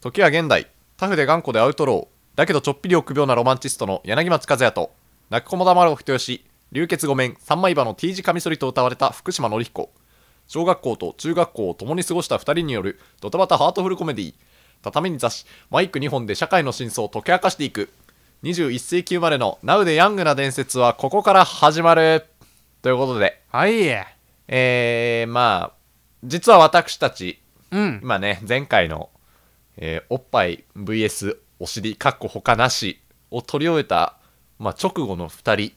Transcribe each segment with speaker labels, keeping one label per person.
Speaker 1: 時は現代タフで頑固でアウトローだけどちょっぴり臆病なロマンチストの柳町和也と泣く子も黙るお人よし流血御免三枚刃の T 字カミソリと歌われた福島紀彦小学校と中学校を共に過ごした2人によるドタバタハートフルコメディ畳に座しマイク2本で社会の真相を解き明かしていく21世紀生まれのナウでヤングな伝説はここから始まるということで
Speaker 2: はい。
Speaker 1: えー、まあ実は私たち
Speaker 2: うん。
Speaker 1: 今ね前回の、えーおっぱい VS お尻かっこ他なしを取り終えた、まあ、直後の2人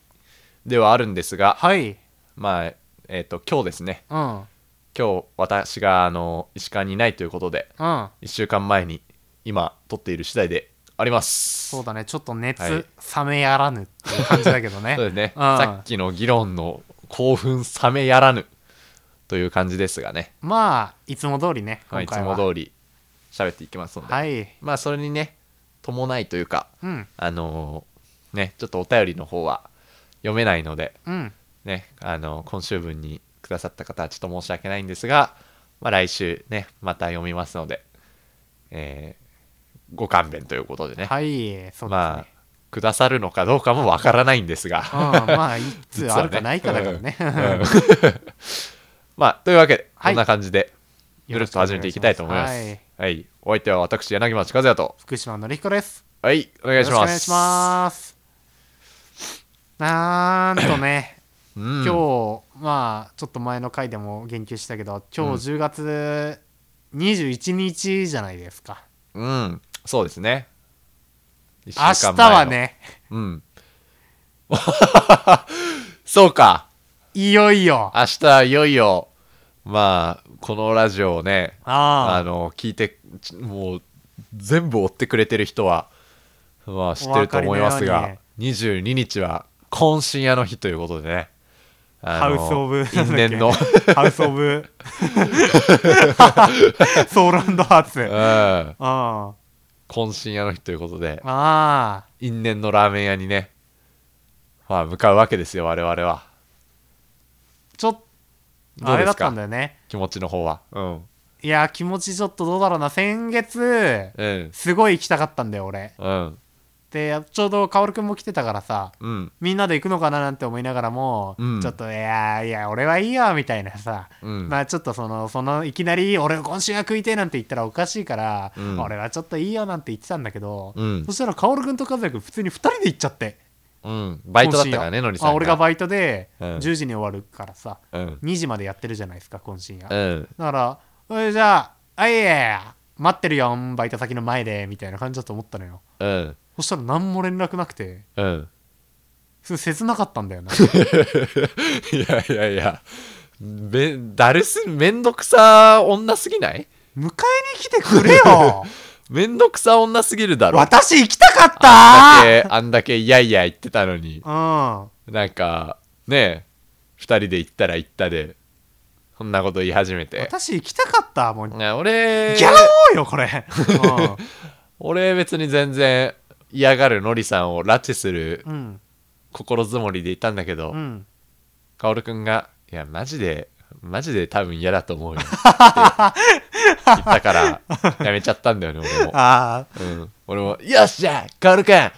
Speaker 1: ではあるんですが
Speaker 2: はい。
Speaker 1: まあえっ、と今日ですね
Speaker 2: うん。うん。
Speaker 1: 今日私があの石川にいないということで
Speaker 2: そ
Speaker 1: 1週間前に今撮っている次第であります
Speaker 2: うだね。ちょっと熱、
Speaker 1: はい
Speaker 2: 冷めやらぬっていう感じだけど ね。
Speaker 1: そうですね
Speaker 2: うん
Speaker 1: さっきの議論の興奮冷めやらぬという感じですがね、
Speaker 2: まあ、いつも通りね。
Speaker 1: まあ、
Speaker 2: 今
Speaker 1: いつ
Speaker 2: 回は
Speaker 1: も通り喋っていきますので、
Speaker 2: はい。
Speaker 1: まあそれにね伴いというか
Speaker 2: うん。
Speaker 1: あのーね、ちょっとお便りの方は読めないので、
Speaker 2: うん。
Speaker 1: ね、あのー今週分にくださった方はちょっと申し訳ないんですが、まあ、来週ね、また読みますので、えーご勘弁ということでね、
Speaker 2: はい。そうですね。
Speaker 1: まあ、くださるのかどうかもわからないんですが、
Speaker 2: うん、まあ、い
Speaker 1: 実
Speaker 2: つ
Speaker 1: はね
Speaker 2: あるかないかだからね。
Speaker 1: うん まあ、というわけで、
Speaker 2: はい
Speaker 1: こんな感じで、
Speaker 2: よ
Speaker 1: ゆ
Speaker 2: ろ
Speaker 1: る
Speaker 2: し
Speaker 1: っ
Speaker 2: く
Speaker 1: と
Speaker 2: お願いしま
Speaker 1: 始
Speaker 2: す
Speaker 1: めていきたいと思います。
Speaker 2: はい
Speaker 1: はい、お相手は私、柳町和也と、
Speaker 2: 福島のりひこです。
Speaker 1: はい、お願いします。
Speaker 2: よろくお願いします。なんとね、
Speaker 1: うん、
Speaker 2: 今日、まあ、ちょっと前の回でも言及したけど、今日10月21日じゃないですか。
Speaker 1: うん、そうですね。一週
Speaker 2: 明
Speaker 1: 間
Speaker 2: 日
Speaker 1: 前の
Speaker 2: は。ね、
Speaker 1: うん。 そうか。
Speaker 2: いよいよ。
Speaker 1: 明日、いよいよ、まあ、このラジオをね、あ
Speaker 2: ああ、
Speaker 1: の、聞いて、ちもう、全部追ってくれてる人は、まあ、知ってると思います
Speaker 2: お分かりのよ
Speaker 1: が、22日は、懇親夜の日ということでね。あ
Speaker 2: ハ
Speaker 1: の
Speaker 2: ウスオブ、
Speaker 1: 因縁の、う
Speaker 2: ハウスオブ、ソーランドハーツ。うん。
Speaker 1: ん、
Speaker 2: あ
Speaker 1: 懇親夜の日ということで、
Speaker 2: あ、
Speaker 1: 因縁のラーメン屋にね、まあ、向かうわけですよ、我々は。
Speaker 2: ちょっと、
Speaker 1: ど
Speaker 2: あ
Speaker 1: う
Speaker 2: れ
Speaker 1: で
Speaker 2: だっ
Speaker 1: す
Speaker 2: た
Speaker 1: か
Speaker 2: んだよね。
Speaker 1: 気持ちの方は。うん。
Speaker 2: いやー気持ちちょっとどうだろうな先月
Speaker 1: うん。
Speaker 2: すごい行きたかったんだよ俺
Speaker 1: うん。
Speaker 2: でちょうど薫君も来てたからさ
Speaker 1: うん。
Speaker 2: みんなで行くのかななんて思いながらも、
Speaker 1: うん
Speaker 2: ちょっといやーいや俺はいいよみたいなさ、
Speaker 1: うん
Speaker 2: まあちょっとそのそのいきなり俺今週は食いてえなんて言ったらおかしいから、
Speaker 1: うん
Speaker 2: 俺はちょっといいよなんて言ってたんだけど、
Speaker 1: うん
Speaker 2: そしたら薫君と和也君普通に2人で行っちゃって
Speaker 1: うん。バイトだったからね、
Speaker 2: 今深夜
Speaker 1: のりさんが。
Speaker 2: あ俺がバイトで
Speaker 1: うん
Speaker 2: 10時に終わるからさ、
Speaker 1: うん。
Speaker 2: 2時までやってるじゃないですか今深夜、
Speaker 1: うん。
Speaker 2: だから、それじゃあ、あいえいえ、待ってるよ、バイト先の前で、みたいな感じだと思ったのよ。
Speaker 1: うん。
Speaker 2: そしたら何も連絡なくて、
Speaker 1: うん。
Speaker 2: それ切なかったんだよな。
Speaker 1: いやいやいや。め、だるす、めんどくさ女すぎない
Speaker 2: 迎えに来てくれよ
Speaker 1: めんどくさ女すぎる だろ。
Speaker 2: 私行きたかっ
Speaker 1: あんだ
Speaker 2: た
Speaker 1: け、あんだけいやいや言ってたのに、なんか、ねえ、二人で行ったら行ったで、そんなこと言い始め
Speaker 2: うん。
Speaker 1: て。
Speaker 2: 私行きたかった、もう。ギ
Speaker 1: ね俺、
Speaker 2: ャラ王よ、これ。
Speaker 1: 俺別に全然嫌がるのりさんを拉致する
Speaker 2: うん。うん。
Speaker 1: 心づもりでいたんだけど
Speaker 2: う、ん。
Speaker 1: カオルくんが、いや、マジで、マジで多分嫌だと思うよ。って言ったから、やめちゃったんだよね、俺も。
Speaker 2: ああ、
Speaker 1: うん、俺も、よっしゃ、カオルくん、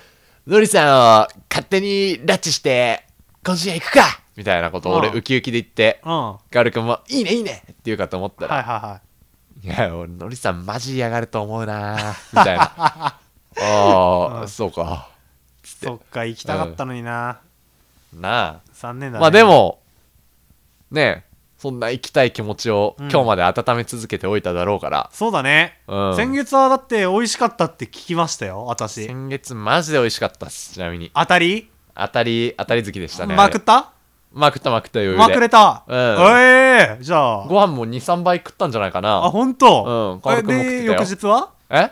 Speaker 1: のりさんを勝手に拉致して、今週は行くかみたいなことを俺、
Speaker 2: うん
Speaker 1: ウキウキで言って、
Speaker 2: うん。は
Speaker 1: カオルくんも、いいね、いいねって言うかと思った
Speaker 2: い
Speaker 1: ら、、
Speaker 2: はいはい
Speaker 1: や、俺、のりさんマジ嫌がると思うなみたい な。ああ、
Speaker 2: うん
Speaker 1: そうか。つっ
Speaker 2: い。
Speaker 1: て
Speaker 2: そっか、行きたかったのにな。
Speaker 1: なあ。
Speaker 2: 残念だね。
Speaker 1: まあで、も、ねえ、そんな行きたい気持ちを
Speaker 2: うん
Speaker 1: 今日まで温め続けておいただろうから、
Speaker 2: そうだね。
Speaker 1: うん
Speaker 2: 先月はだって美味しかったって聞きましたよ、私。
Speaker 1: 先月マジで美味しかったっす、ちなみに。
Speaker 2: 当たり
Speaker 1: 当たり、当たり好きでしたね。
Speaker 2: まくった
Speaker 1: まくったまくった余裕で。
Speaker 2: まくれた。
Speaker 1: うん
Speaker 2: ええじゃあ。
Speaker 1: ご飯も2、3杯食ったんじゃないか
Speaker 2: あ、
Speaker 1: な。
Speaker 2: ほん
Speaker 1: う
Speaker 2: と
Speaker 1: んカオル君も食っ
Speaker 2: えで、
Speaker 1: てたよ
Speaker 2: 翌日は
Speaker 1: え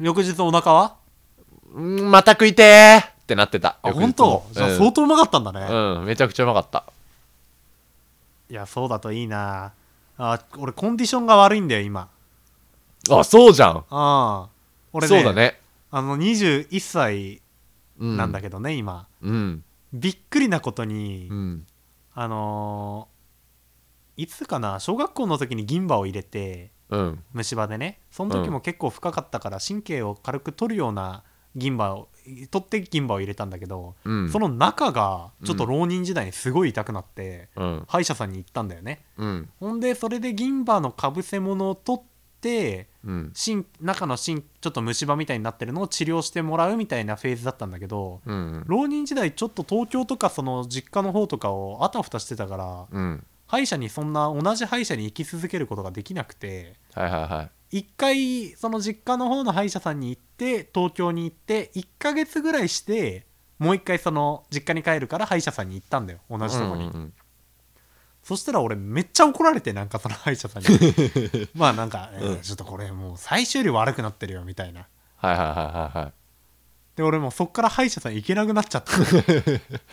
Speaker 2: 翌日お腹は
Speaker 1: うんまた食いてーってなってた。
Speaker 2: あ、
Speaker 1: 翌
Speaker 2: ほん
Speaker 1: 日も
Speaker 2: とじゃあ
Speaker 1: うん
Speaker 2: 相当うまかったんだね。
Speaker 1: うん、めちゃくちゃうまかった。
Speaker 2: いや、そうだといいな。あ、俺コンディションが悪いんだよ、今。
Speaker 1: あ、そうじゃん。
Speaker 2: うん。俺
Speaker 1: そ
Speaker 2: ね、
Speaker 1: うだね。
Speaker 2: あの、21歳
Speaker 1: うん。
Speaker 2: なんだ
Speaker 1: け
Speaker 2: けどね、今。
Speaker 1: うん。
Speaker 2: びっくりなことに、
Speaker 1: うん。
Speaker 2: あのーいつかな、小学校の時に銀歯を入れて、
Speaker 1: うん
Speaker 2: 虫歯でねその時も結構深かったから神経を軽く取るような銀歯を取って銀歯を入れたんだけど、
Speaker 1: うん
Speaker 2: その中がちょっと浪人時代にすごい痛くなって、
Speaker 1: うん
Speaker 2: 歯医者さんに行ったんだよね
Speaker 1: うん
Speaker 2: ほんでそれで銀歯のかぶせ物を取って
Speaker 1: うん
Speaker 2: 神中の神ちょっと虫歯みたいになってるのを治療してもらうみたいなフェーズだったんだけど
Speaker 1: うん
Speaker 2: 浪人時代ちょっと東京とかその実家の方とかをあたふたしてたから
Speaker 1: うん
Speaker 2: 歯医者にそんな同じ歯医者に行き続けることができなくて
Speaker 1: はいはいはい
Speaker 2: 一回その実家の方の歯医者さんに行って東京に行って1ヶ月ぐらいしてもう一回その実家に帰るから歯医者さんに行ったんだよ同じとこに、
Speaker 1: うんうん
Speaker 2: そしたら俺めっちゃ怒られてなんかその歯医者さんに まあなんか、えーちょっとこれもう最終より悪くなってるよみたいな
Speaker 1: はいはいはいはいはい
Speaker 2: で俺もうそっから歯医者さん行けなくなっちゃ った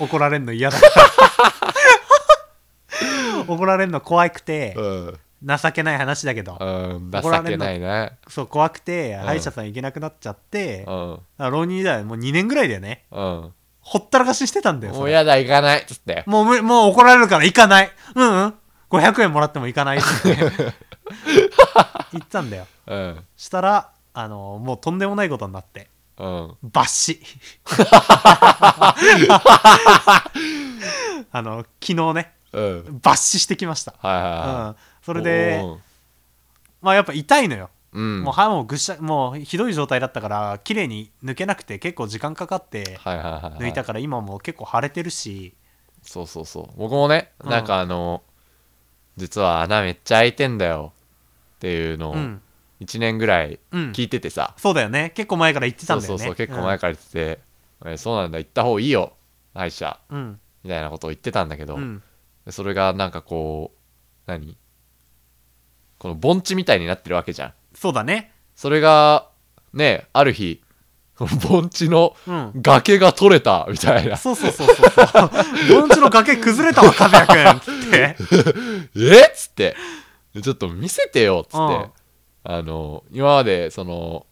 Speaker 2: 怒られんの嫌だから怒られんの怖くて
Speaker 1: うん
Speaker 2: 情けない話だけど
Speaker 1: うん
Speaker 2: 怒ら
Speaker 1: 情
Speaker 2: れ
Speaker 1: け
Speaker 2: んの
Speaker 1: ないね
Speaker 2: そう怖くて
Speaker 1: ん
Speaker 2: 歯医者さん行けなくなっちゃって
Speaker 1: うん
Speaker 2: あ浪人時代もう2年ぐらいだよね
Speaker 1: うん
Speaker 2: ほったらかししてたんだよ
Speaker 1: も
Speaker 2: そうれ
Speaker 1: やだ行かないっつって
Speaker 2: もう無理もう怒られるから行かないうんうん500円もらっても行かないって 言ったんだよ
Speaker 1: うん
Speaker 2: したらあのもうとんでもないことになって
Speaker 1: うん
Speaker 2: 抜歯 あの昨日ね
Speaker 1: うん
Speaker 2: 抜歯してきました、
Speaker 1: はいはいうは
Speaker 2: ん、そ
Speaker 1: い
Speaker 2: れでまあやっぱ痛いのよ
Speaker 1: うん
Speaker 2: もう歯もぐしゃもうひどい状態だったから綺麗に抜けなくて結構時間かかって
Speaker 1: はいはいはいはい
Speaker 2: 抜いたから今もう結構腫れてるし
Speaker 1: そうそうそう僕もね
Speaker 2: うん
Speaker 1: なんかあの、実は穴めっちゃ開いてんだよっていうのを
Speaker 2: うん
Speaker 1: 1年ぐらい
Speaker 2: うん
Speaker 1: 聞いててさ、
Speaker 2: そうだよね結構前から言って
Speaker 1: そ
Speaker 2: たん
Speaker 1: う
Speaker 2: だ
Speaker 1: そ
Speaker 2: よ
Speaker 1: う
Speaker 2: ね
Speaker 1: そう、結構前から言ってて、えそうなんだ行った方がいいよ歯医者
Speaker 2: うん
Speaker 1: みたいなことを言ってたんだけど、
Speaker 2: うん
Speaker 1: それがなんかこう何この盆地みたいになってるわけじゃん
Speaker 2: そうだね
Speaker 1: それがねある日この盆地の
Speaker 2: うん
Speaker 1: 崖が取れたみたいな
Speaker 2: そうそうそうそうそう盆地の崖崩れたわ和也く んって
Speaker 1: えっつってちょっと見せてよっつって、
Speaker 2: うん
Speaker 1: あの今までその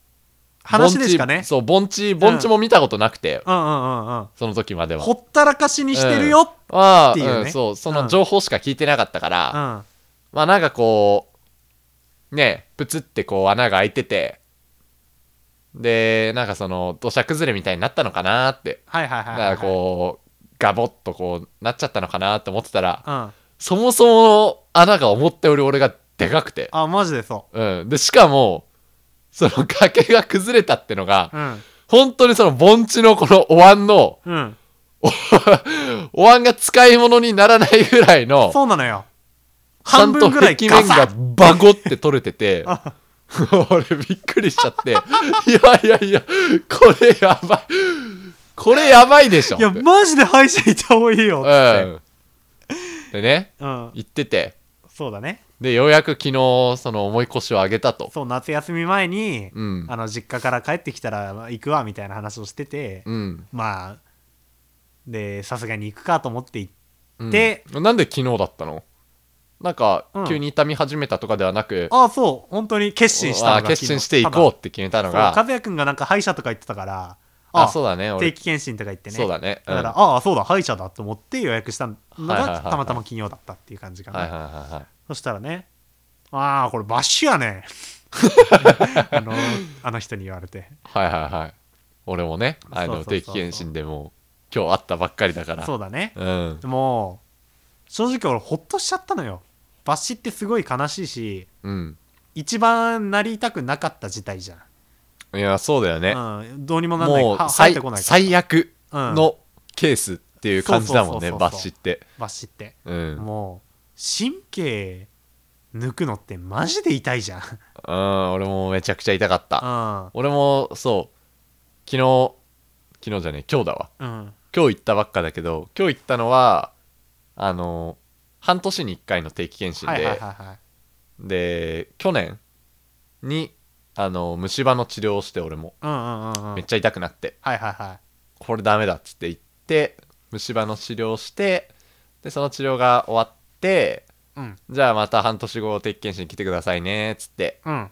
Speaker 2: 話でしか
Speaker 1: 盆
Speaker 2: ね
Speaker 1: 地そう盆地盆地も見たことなくて、
Speaker 2: うんうんうんうん
Speaker 1: その時までは
Speaker 2: ほったらかしにしてるよ、
Speaker 1: まあ
Speaker 2: っていうね
Speaker 1: うん、そうそうの
Speaker 2: ん
Speaker 1: 情報しか聞いてなかったから、
Speaker 2: うん
Speaker 1: まあなんかこうねプツってこう穴が開いててでなんかその土砂崩れみたいになったのかなって
Speaker 2: はいはいはい、は、
Speaker 1: ないんかこうガボッとこうなっちゃったのかなって思ってたら
Speaker 2: うんあ
Speaker 1: そもそも穴が思ったより俺がでかくて
Speaker 2: マジでそ
Speaker 1: うん。で、しかも、その崖が崩れたってのが
Speaker 2: う、うん
Speaker 1: 本当にその盆地のこのお椀の、
Speaker 2: うん
Speaker 1: お椀が使い物にならないぐらいの、
Speaker 2: そうなのよ
Speaker 1: ちゃ
Speaker 2: 半
Speaker 1: んと
Speaker 2: 分ぐらい
Speaker 1: 壁面
Speaker 2: ガ
Speaker 1: が
Speaker 2: サ、
Speaker 1: バゴって取れてて
Speaker 2: あ
Speaker 1: 俺びっくりしちゃって、いやいやいや、これやばい。これやばいでしょ。
Speaker 2: いや
Speaker 1: って
Speaker 2: マジで歯医者行った方がいいよっ
Speaker 1: う
Speaker 2: つって、
Speaker 1: ん。でね、
Speaker 2: うん、
Speaker 1: 行ってて、
Speaker 2: そうだね
Speaker 1: で、ようやく昨日、その重い腰を上げたと。
Speaker 2: そう夏休み前に、
Speaker 1: うん
Speaker 2: あの実家から帰ってきたらまあ行くわみたいな話をしてて、
Speaker 1: うん。
Speaker 2: まあでさすがに行くかと思って行っ
Speaker 1: うん
Speaker 2: で、
Speaker 1: なんで昨日だったのなんか
Speaker 2: うん、
Speaker 1: 急に痛み始めたとかではなく、
Speaker 2: ああそう本当に決心したの
Speaker 1: あ
Speaker 2: が
Speaker 1: 決心していこうって決めた
Speaker 2: う
Speaker 1: の
Speaker 2: そう和
Speaker 1: が、
Speaker 2: 也くんがなんか歯医者とか言ってたから
Speaker 1: あ、そうだね、
Speaker 2: 定
Speaker 1: 俺。
Speaker 2: 期検診とか言ってね
Speaker 1: そうだね。うん
Speaker 2: だから、ああ、そうだ、歯医者だと思って予約したの
Speaker 1: はいはいはい
Speaker 2: が、
Speaker 1: はい
Speaker 2: たまたま金曜だったっていう感じかな。
Speaker 1: はいはいはいはい。
Speaker 2: そしたらね、ああ、これ、バッシュや ねあの、あの人に言われて。
Speaker 1: はいはいはい。俺もね、あ
Speaker 2: そうそう
Speaker 1: の、
Speaker 2: そう
Speaker 1: 定期検診でもう、今日会ったばっかりだから。。
Speaker 2: そううだね。
Speaker 1: ん。
Speaker 2: でも、正直俺、ほっとしちゃったのよ。バッシュってすごい悲しいし、
Speaker 1: うん。
Speaker 2: 一番なりたくなかった事態じゃん。
Speaker 1: いや、そうだよね。
Speaker 2: うん、どうにもなんない。
Speaker 1: も
Speaker 2: は
Speaker 1: う、
Speaker 2: 入っ
Speaker 1: 最
Speaker 2: てこないから。
Speaker 1: 最悪のケースっていう感じだもんね、
Speaker 2: そうそうそうそう
Speaker 1: 抜歯って。
Speaker 2: バッシュって。
Speaker 1: うん。うん
Speaker 2: もう、神経抜くのってマジで痛いじゃん。う
Speaker 1: 俺もめちゃくちゃ痛かった。
Speaker 2: ん。
Speaker 1: 俺も、そう、昨日、昨日じゃねえ、今日だわ。
Speaker 2: うん。
Speaker 1: 今日行ったばっかだけど今日行ったのはあの半年に1回の定期検診
Speaker 2: はい
Speaker 1: で、
Speaker 2: はいはいはい。
Speaker 1: で去年にあの虫歯の治療をして俺も
Speaker 2: うんうんうんうん。
Speaker 1: めっちゃ痛くなって、
Speaker 2: はいはいは
Speaker 1: これダメだっつって行って虫歯の治療をしてでその治療が終わって
Speaker 2: い。うん。
Speaker 1: じゃあまた半年後定期検診来てくださいねっつって
Speaker 2: うん。
Speaker 1: って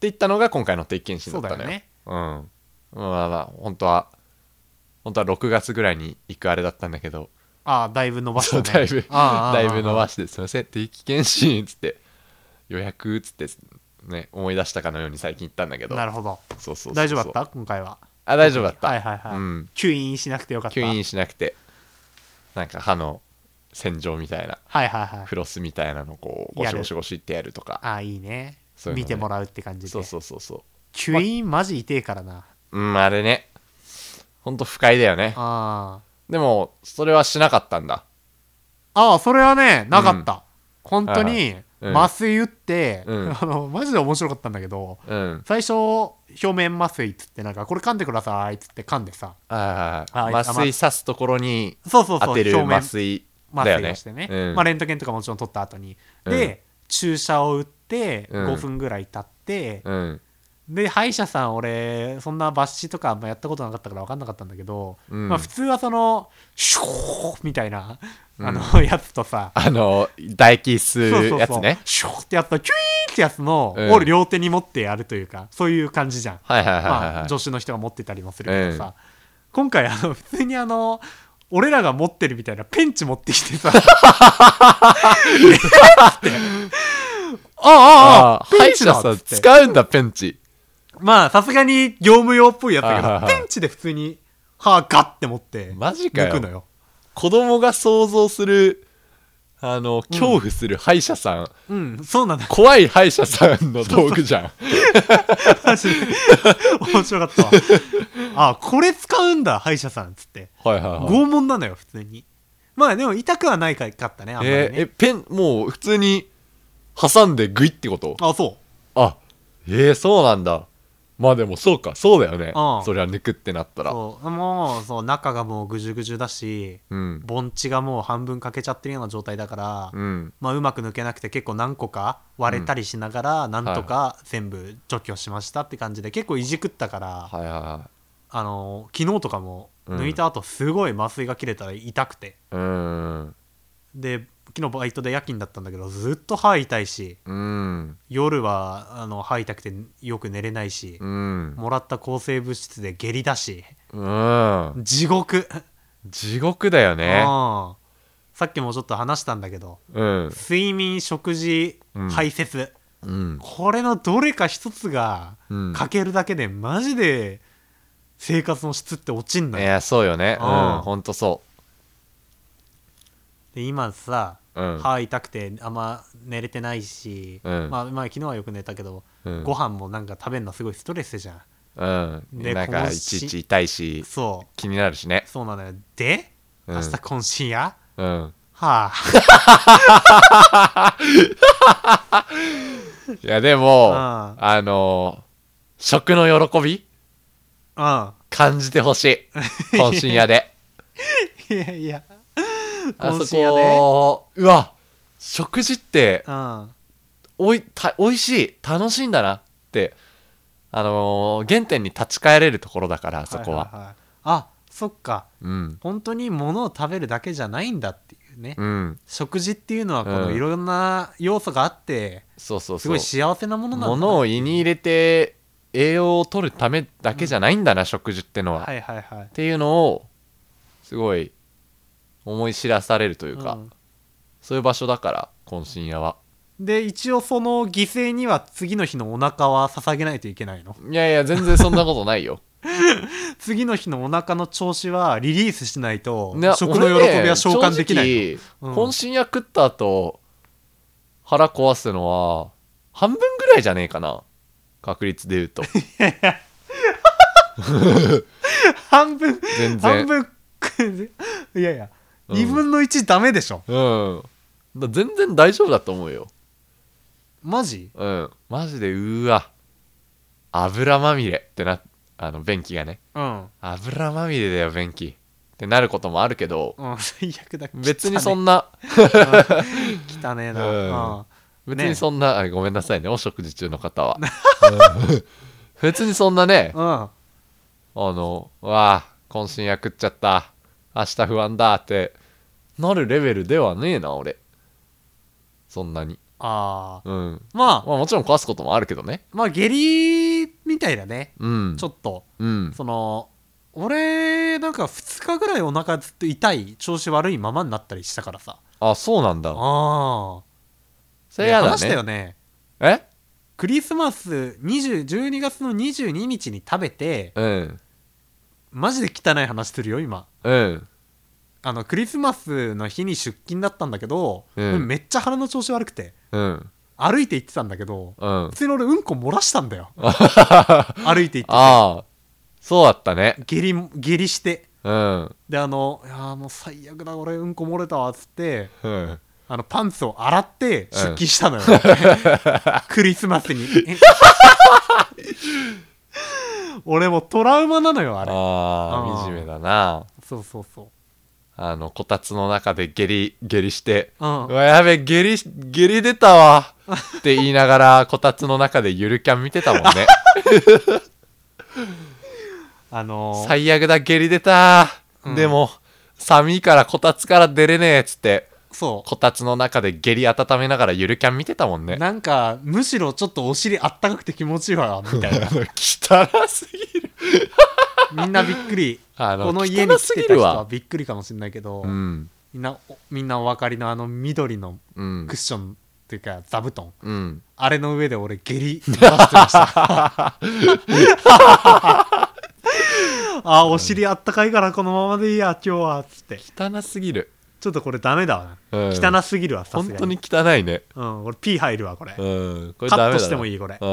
Speaker 1: 言ったのが今回の定期検診
Speaker 2: そ
Speaker 1: だ
Speaker 2: う
Speaker 1: っ
Speaker 2: だ
Speaker 1: た
Speaker 2: よ
Speaker 1: のよ
Speaker 2: ね。
Speaker 1: うんまあまあ本当は本当は6月ぐらいに行くあれだったんだけど
Speaker 2: ああ、だいぶ伸ばし
Speaker 1: そ
Speaker 2: た
Speaker 1: う
Speaker 2: ね。
Speaker 1: だいぶ
Speaker 2: ああああああ
Speaker 1: だいぶ伸ばして「すいません定期検診」っつって予約っつってね思い出したかのように最近行ったんだけど
Speaker 2: なるほど
Speaker 1: そうそうそうそう
Speaker 2: 大丈夫だった今回は
Speaker 1: あ大丈夫だった
Speaker 2: はいはいはい、
Speaker 1: うん
Speaker 2: 吸引しなくてよかった
Speaker 1: 吸引しなくてなんか歯の洗浄みたいな
Speaker 2: はいはいはい
Speaker 1: フロスみたいなのをこうゴ
Speaker 2: や
Speaker 1: シ
Speaker 2: る
Speaker 1: ゴシゴシってやるとか
Speaker 2: ああいいね
Speaker 1: そういうのね
Speaker 2: 見てもらうって感じで
Speaker 1: そうそうそうそ
Speaker 2: 吸引マジ痛えからな
Speaker 1: ううんあれねほんと不快だよね
Speaker 2: あ
Speaker 1: でもそれはしなかったんだ
Speaker 2: ああそれはねなかった、本当
Speaker 1: は
Speaker 2: に
Speaker 1: うん
Speaker 2: 麻酔打って、
Speaker 1: うん
Speaker 2: あのマジで面白かったんだけど
Speaker 1: うん
Speaker 2: 最初表面麻酔っつってなんかこれ噛んでくださいっつって噛んでさ
Speaker 1: ああ
Speaker 2: はい
Speaker 1: 麻酔刺すところに
Speaker 2: そうそうそう
Speaker 1: 当てる
Speaker 2: 表面
Speaker 1: 麻酔
Speaker 2: 麻
Speaker 1: だよ
Speaker 2: 酔
Speaker 1: ね
Speaker 2: をしてね
Speaker 1: うん
Speaker 2: まあ、レントゲンとかもちろん取った後にで、
Speaker 1: うん
Speaker 2: 注射を打って
Speaker 1: うん
Speaker 2: 5分ぐらい経って、
Speaker 1: うん
Speaker 2: で歯医者さん俺そんな抜歯とかあんまやったことなかったから分かんなかったんだけど、
Speaker 1: うん
Speaker 2: まあ、普通はそのシューみたいなあの、やつとさ
Speaker 1: あの唾液吸うやつね
Speaker 2: シューってやつとキュイーンってやつの、
Speaker 1: うん
Speaker 2: 俺両手に持ってやるというかそういう感じじゃん、
Speaker 1: はいはいはいはい
Speaker 2: まあ、
Speaker 1: はい
Speaker 2: 助手の人が持ってたりもするけどさ、今回あの普通にあの俺らが持ってるみたいなペンチ持ってきてさえっつってああああ
Speaker 1: ああ歯
Speaker 2: ペ
Speaker 1: 医
Speaker 2: ンチ
Speaker 1: 者
Speaker 2: だっ
Speaker 1: さん
Speaker 2: つって
Speaker 1: 使うんだペンチ
Speaker 2: まあさすがに業務用っぽいやつだけ
Speaker 1: はいはい
Speaker 2: ど
Speaker 1: はい
Speaker 2: ペンチで普通に歯ガッて持って
Speaker 1: マジか
Speaker 2: 抜
Speaker 1: よ
Speaker 2: くのよ
Speaker 1: 子供が想像するあの恐怖する歯医者さん、
Speaker 2: うんそうなんだ
Speaker 1: 怖い歯医者さんの道具じ ゃん
Speaker 2: マジで面白かったわあこれ使うんだ歯医者さんっつって
Speaker 1: はいはいはい
Speaker 2: 拷問なのよ普通にまあでも痛くはないかったねあんまり
Speaker 1: え
Speaker 2: ね
Speaker 1: ー、えペンもう普通に挟んでグイってこと
Speaker 2: あそう
Speaker 1: あえー、そうなんだまあでもそうかそうだよね
Speaker 2: うん
Speaker 1: それは抜くってなったらう
Speaker 2: そうもうそう中がもうぐじゅぐじゅだし
Speaker 1: ん
Speaker 2: 盆地がもう半分欠けちゃってるような状態だから、
Speaker 1: うん
Speaker 2: まあ、うまく抜けなくて結構何個か割れたりしながらなんとか全部除去しましたって感じで結構いじくったから、
Speaker 1: はいはいは
Speaker 2: あの昨日とかも
Speaker 1: うん
Speaker 2: 抜いた後すごい麻酔が切れたら痛くて、
Speaker 1: いうーん
Speaker 2: で昨日バイトで夜勤だったんだけどずっと歯痛いし
Speaker 1: うん
Speaker 2: 夜はあの歯痛くてよく寝れないし、
Speaker 1: うん
Speaker 2: もらった抗生物質で下痢だし
Speaker 1: うん
Speaker 2: 地獄
Speaker 1: 地獄だよね
Speaker 2: うんさっきもちょっと話したんだけど
Speaker 1: うん
Speaker 2: 睡眠食事
Speaker 1: うん
Speaker 2: 排泄、
Speaker 1: うん
Speaker 2: これのどれか一つが
Speaker 1: うん
Speaker 2: 欠けるだけでマジで生活の質って落ち
Speaker 1: い
Speaker 2: んのよ
Speaker 1: やそうよねう
Speaker 2: うん
Speaker 1: んほんとそ
Speaker 2: で今さ、
Speaker 1: ううん
Speaker 2: 歯痛くてあんま寝れてないし、
Speaker 1: うん
Speaker 2: まあ、まあ昨日はよく寝たけど、
Speaker 1: うん
Speaker 2: ご飯もなんか食べるのすごいストレスじゃん
Speaker 1: うん
Speaker 2: で
Speaker 1: なん
Speaker 2: こ
Speaker 1: か
Speaker 2: の
Speaker 1: い
Speaker 2: し
Speaker 1: ちいち痛いし
Speaker 2: そう
Speaker 1: 気になるしね
Speaker 2: そうなのよで
Speaker 1: うん
Speaker 2: 明日渾身や、
Speaker 1: うん
Speaker 2: はあ
Speaker 1: いやでも、
Speaker 2: うん
Speaker 1: あのー食の喜び感じてほしい渾身屋 で
Speaker 2: うんいやいや
Speaker 1: あそ
Speaker 2: 渾身やで
Speaker 1: こうわ食事って
Speaker 2: うん
Speaker 1: おいたおいしい楽しいんだなってあのー原点に立ち返れるところだからあそこは,、
Speaker 2: いいいあそっか
Speaker 1: うん
Speaker 2: 本当に物を食べるだけじゃないんだっていうね、
Speaker 1: うん
Speaker 2: 食事っていうのはこの
Speaker 1: うん
Speaker 2: いろんな要素があって、
Speaker 1: そうそう
Speaker 2: す
Speaker 1: そ
Speaker 2: ご
Speaker 1: う
Speaker 2: い幸せなものなんだ
Speaker 1: ものを胃に入れて栄養を取るためだけじゃないんだな、食事ってのは、
Speaker 2: はいはいはい
Speaker 1: っていうのをすごい思い知らされるというか、そういう場所だから渾身屋は
Speaker 2: うんで一応その犠牲には次の日のお腹は捧げないといけないの
Speaker 1: いやいや全然そんなことないよ
Speaker 2: 次の日のお腹の調子はリリースしないと
Speaker 1: な
Speaker 2: 食の
Speaker 1: 俺ね
Speaker 2: 喜びは召喚できない
Speaker 1: 正直
Speaker 2: うん
Speaker 1: 渾身屋食った後腹壊すのは半分ぐらいじゃねえかな確率で言うと
Speaker 2: 半分
Speaker 1: 全然
Speaker 2: 半分 いやいや、
Speaker 1: うん
Speaker 2: 2分の1ダメでしょ
Speaker 1: うんだ全然大丈夫だと思うよ
Speaker 2: マジ
Speaker 1: うんマジでうーわ油まみれってなあの便器がね
Speaker 2: うん
Speaker 1: 油まみれだよ便器ってなることもあるけど
Speaker 2: うん最悪だ
Speaker 1: 別にそ
Speaker 2: な
Speaker 1: んな
Speaker 2: 汚ねえな、
Speaker 1: うん
Speaker 2: うん
Speaker 1: 別
Speaker 2: ね
Speaker 1: にそんな、あごめんなさいねお食事中の方 はうん別にそんなねあ
Speaker 2: うん
Speaker 1: のうわあ渾身や食っちゃった明日不安だってなるレベルではねえな俺そんなに
Speaker 2: ああ
Speaker 1: うん
Speaker 2: まあ
Speaker 1: まあもちろん壊すこともあるけどね
Speaker 2: まあ下痢みたいだね
Speaker 1: うん
Speaker 2: ちょっと
Speaker 1: うん
Speaker 2: その俺なんか2日ぐらいお腹ずっと痛い調子悪いままになったりしたからさ
Speaker 1: あそうなんだ
Speaker 2: ああ
Speaker 1: それやだ
Speaker 2: 話したよ
Speaker 1: ね
Speaker 2: ね
Speaker 1: え
Speaker 2: クリスマス20 12月の22日に食べて
Speaker 1: うん
Speaker 2: マジで汚い話するよ今
Speaker 1: うん
Speaker 2: あのクリスマスの日に出勤だったんだけど、
Speaker 1: うん
Speaker 2: めっちゃ腹の調子悪くて
Speaker 1: うん
Speaker 2: 歩いて行ってたんだけど
Speaker 1: うん
Speaker 2: 普通に俺うんこ漏らした んだよ
Speaker 1: あ
Speaker 2: 歩いて行っ
Speaker 1: あそうだったね
Speaker 2: てて下痢下痢して
Speaker 1: うん
Speaker 2: であの「いやーもう最悪だ俺うんこ漏れたわ」っつって
Speaker 1: うん
Speaker 2: あのパンツを洗って出勤したのよ、 クリスマスに 俺もうトラウマなのよあれ
Speaker 1: あ
Speaker 2: あ
Speaker 1: あ
Speaker 2: ー
Speaker 1: 惨めだな
Speaker 2: そうそうそう
Speaker 1: あのこたつの中で下痢下痢して
Speaker 2: うん
Speaker 1: うわやべえ下痢下痢出たわって言いながらこたつの中でゆるキャン見てたもんね
Speaker 2: あのー
Speaker 1: 最悪だ下痢出た、
Speaker 2: うん
Speaker 1: でも寒いからこたつから出れねえっつって
Speaker 2: そ
Speaker 1: こたつの中で下痢温めながらゆるキャン見てたもん
Speaker 2: う
Speaker 1: ね
Speaker 2: なんかむしろちょっとお尻あったかくて気持ちいいわみたいな
Speaker 1: 汚すぎる
Speaker 2: みんなびっくり
Speaker 1: あの
Speaker 2: この家に
Speaker 1: 汚
Speaker 2: 来
Speaker 1: す
Speaker 2: て
Speaker 1: ぎ
Speaker 2: た人
Speaker 1: る
Speaker 2: は
Speaker 1: わ
Speaker 2: びっくりかもしれないけど、
Speaker 1: うん
Speaker 2: みんなおみんなお分かりのあの緑の
Speaker 1: うん
Speaker 2: クッションっていうか座布団
Speaker 1: うん
Speaker 2: あれの上で俺下痢出してました あーお尻あったかいからこのままでいいや今日はっつって
Speaker 1: 汚すぎる
Speaker 2: ちょっとこれダメだわ
Speaker 1: う
Speaker 2: な、
Speaker 1: ん
Speaker 2: 汚すぎるわさす
Speaker 1: 本
Speaker 2: がに
Speaker 1: 当に汚いね
Speaker 2: うん俺ピー入るわこれ,、
Speaker 1: うんこれ
Speaker 2: カ
Speaker 1: ダメだ
Speaker 2: ッ
Speaker 1: な
Speaker 2: トしてもいいこれ
Speaker 1: う
Speaker 2: うんん、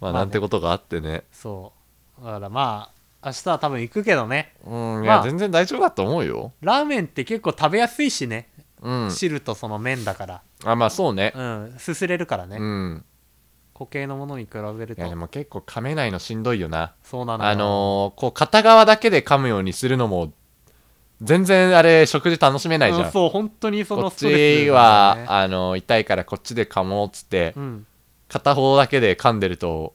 Speaker 1: まあなんてことがあってね
Speaker 2: そうだからまあ明日は多分行くけどね
Speaker 1: うんい
Speaker 2: ま
Speaker 1: や
Speaker 2: あ
Speaker 1: 全然大丈夫だと思うよ
Speaker 2: ラーメンって結構食べやすいしね、
Speaker 1: うん
Speaker 2: 汁とその麺だから
Speaker 1: あまあそうね
Speaker 2: うんすすれるからね、
Speaker 1: うん
Speaker 2: 固形のものに比べる
Speaker 1: いやで
Speaker 2: と
Speaker 1: も結構噛めないのしんどいよな
Speaker 2: そうなのよ
Speaker 1: あのーこう片側だけで噛むようにするのも全然あれ食事楽しめないじゃ
Speaker 2: うんんそう本当にそ
Speaker 1: こ
Speaker 2: の
Speaker 1: っ
Speaker 2: ストレ
Speaker 1: ち
Speaker 2: ス
Speaker 1: は、
Speaker 2: だよね
Speaker 1: あの痛いからこっちで噛もうっつって、
Speaker 2: うん
Speaker 1: 片方だけで噛んでると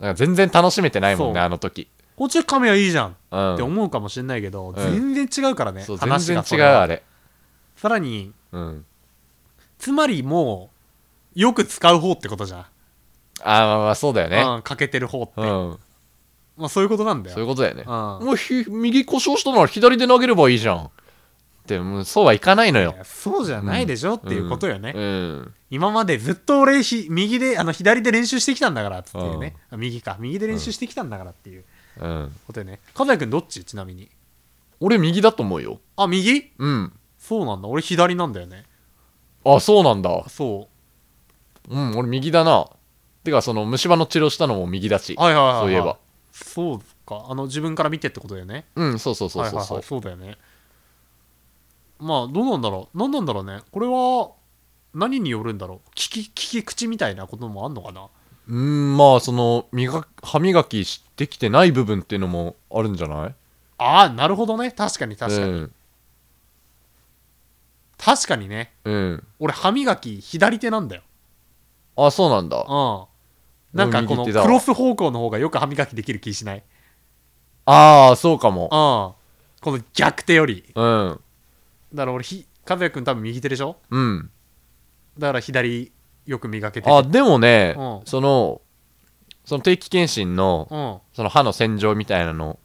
Speaker 1: なんか全然楽しめてないもんね
Speaker 2: そう
Speaker 1: あの時
Speaker 2: こっちで噛めばいいじゃん
Speaker 1: う
Speaker 2: って
Speaker 1: ん
Speaker 2: 思うかもしれないけど、
Speaker 1: ん
Speaker 2: 全然違うからね
Speaker 1: そう全
Speaker 2: 話
Speaker 1: 然
Speaker 2: が
Speaker 1: 違うあ
Speaker 2: れ
Speaker 1: れ
Speaker 2: さらに
Speaker 1: うん
Speaker 2: つまりもうよく使う方ってことじゃん、
Speaker 1: あーまあまあそうだよね
Speaker 2: うん、欠けてる方って、
Speaker 1: うん、
Speaker 2: まあ、そういうことなんだよ
Speaker 1: そういうことだよね
Speaker 2: うん
Speaker 1: もうひ右故障したなら左で投げればいいじゃんでもそうはいかないのよ
Speaker 2: いやそうじゃないでしょ、っていうことよね、
Speaker 1: うんうん
Speaker 2: 今までずっと俺ひ右であの左で練習してきたんだからっていうね、あ右か右で練習してきたんだからっていう
Speaker 1: うん
Speaker 2: ことよね和也君どっちちなみに
Speaker 1: 俺右だと思うよ
Speaker 2: あ右
Speaker 1: うん
Speaker 2: そうなんだ俺左なんだよね
Speaker 1: あそうなんだ
Speaker 2: そ
Speaker 1: うん俺右だなてかその虫歯の治療したのも右だし
Speaker 2: うはいはいはい、はい、
Speaker 1: そういえば
Speaker 2: そうかあの自分から見てってことだよね
Speaker 1: うんそうそうそうそう
Speaker 2: はいはい
Speaker 1: そ
Speaker 2: は
Speaker 1: う
Speaker 2: い、そうだよねまあどうなんだろう何なんだろうねこれは何によるんだろう聞き聞き口みたいなこともあんのかな
Speaker 1: うーんまあその磨く歯磨きしできてない部分っていうのもあるんじゃない
Speaker 2: ああなるほどね確かに確かに、
Speaker 1: うん
Speaker 2: 確かにね
Speaker 1: うん
Speaker 2: 俺歯磨き左手なんだよ
Speaker 1: あそうなんだ
Speaker 2: うんなんかこの
Speaker 1: 俺右手
Speaker 2: ク
Speaker 1: だわ
Speaker 2: ロス方向の方がよく歯磨きできる気しないうん
Speaker 1: ああそうかも
Speaker 2: この逆手より
Speaker 1: うん
Speaker 2: だから俺ひ和也君多分右手でしょ
Speaker 1: うん
Speaker 2: だから左よく磨けてる
Speaker 1: あでもね
Speaker 2: うん
Speaker 1: そのその定期検診の
Speaker 2: うん
Speaker 1: その歯の洗浄みたいなの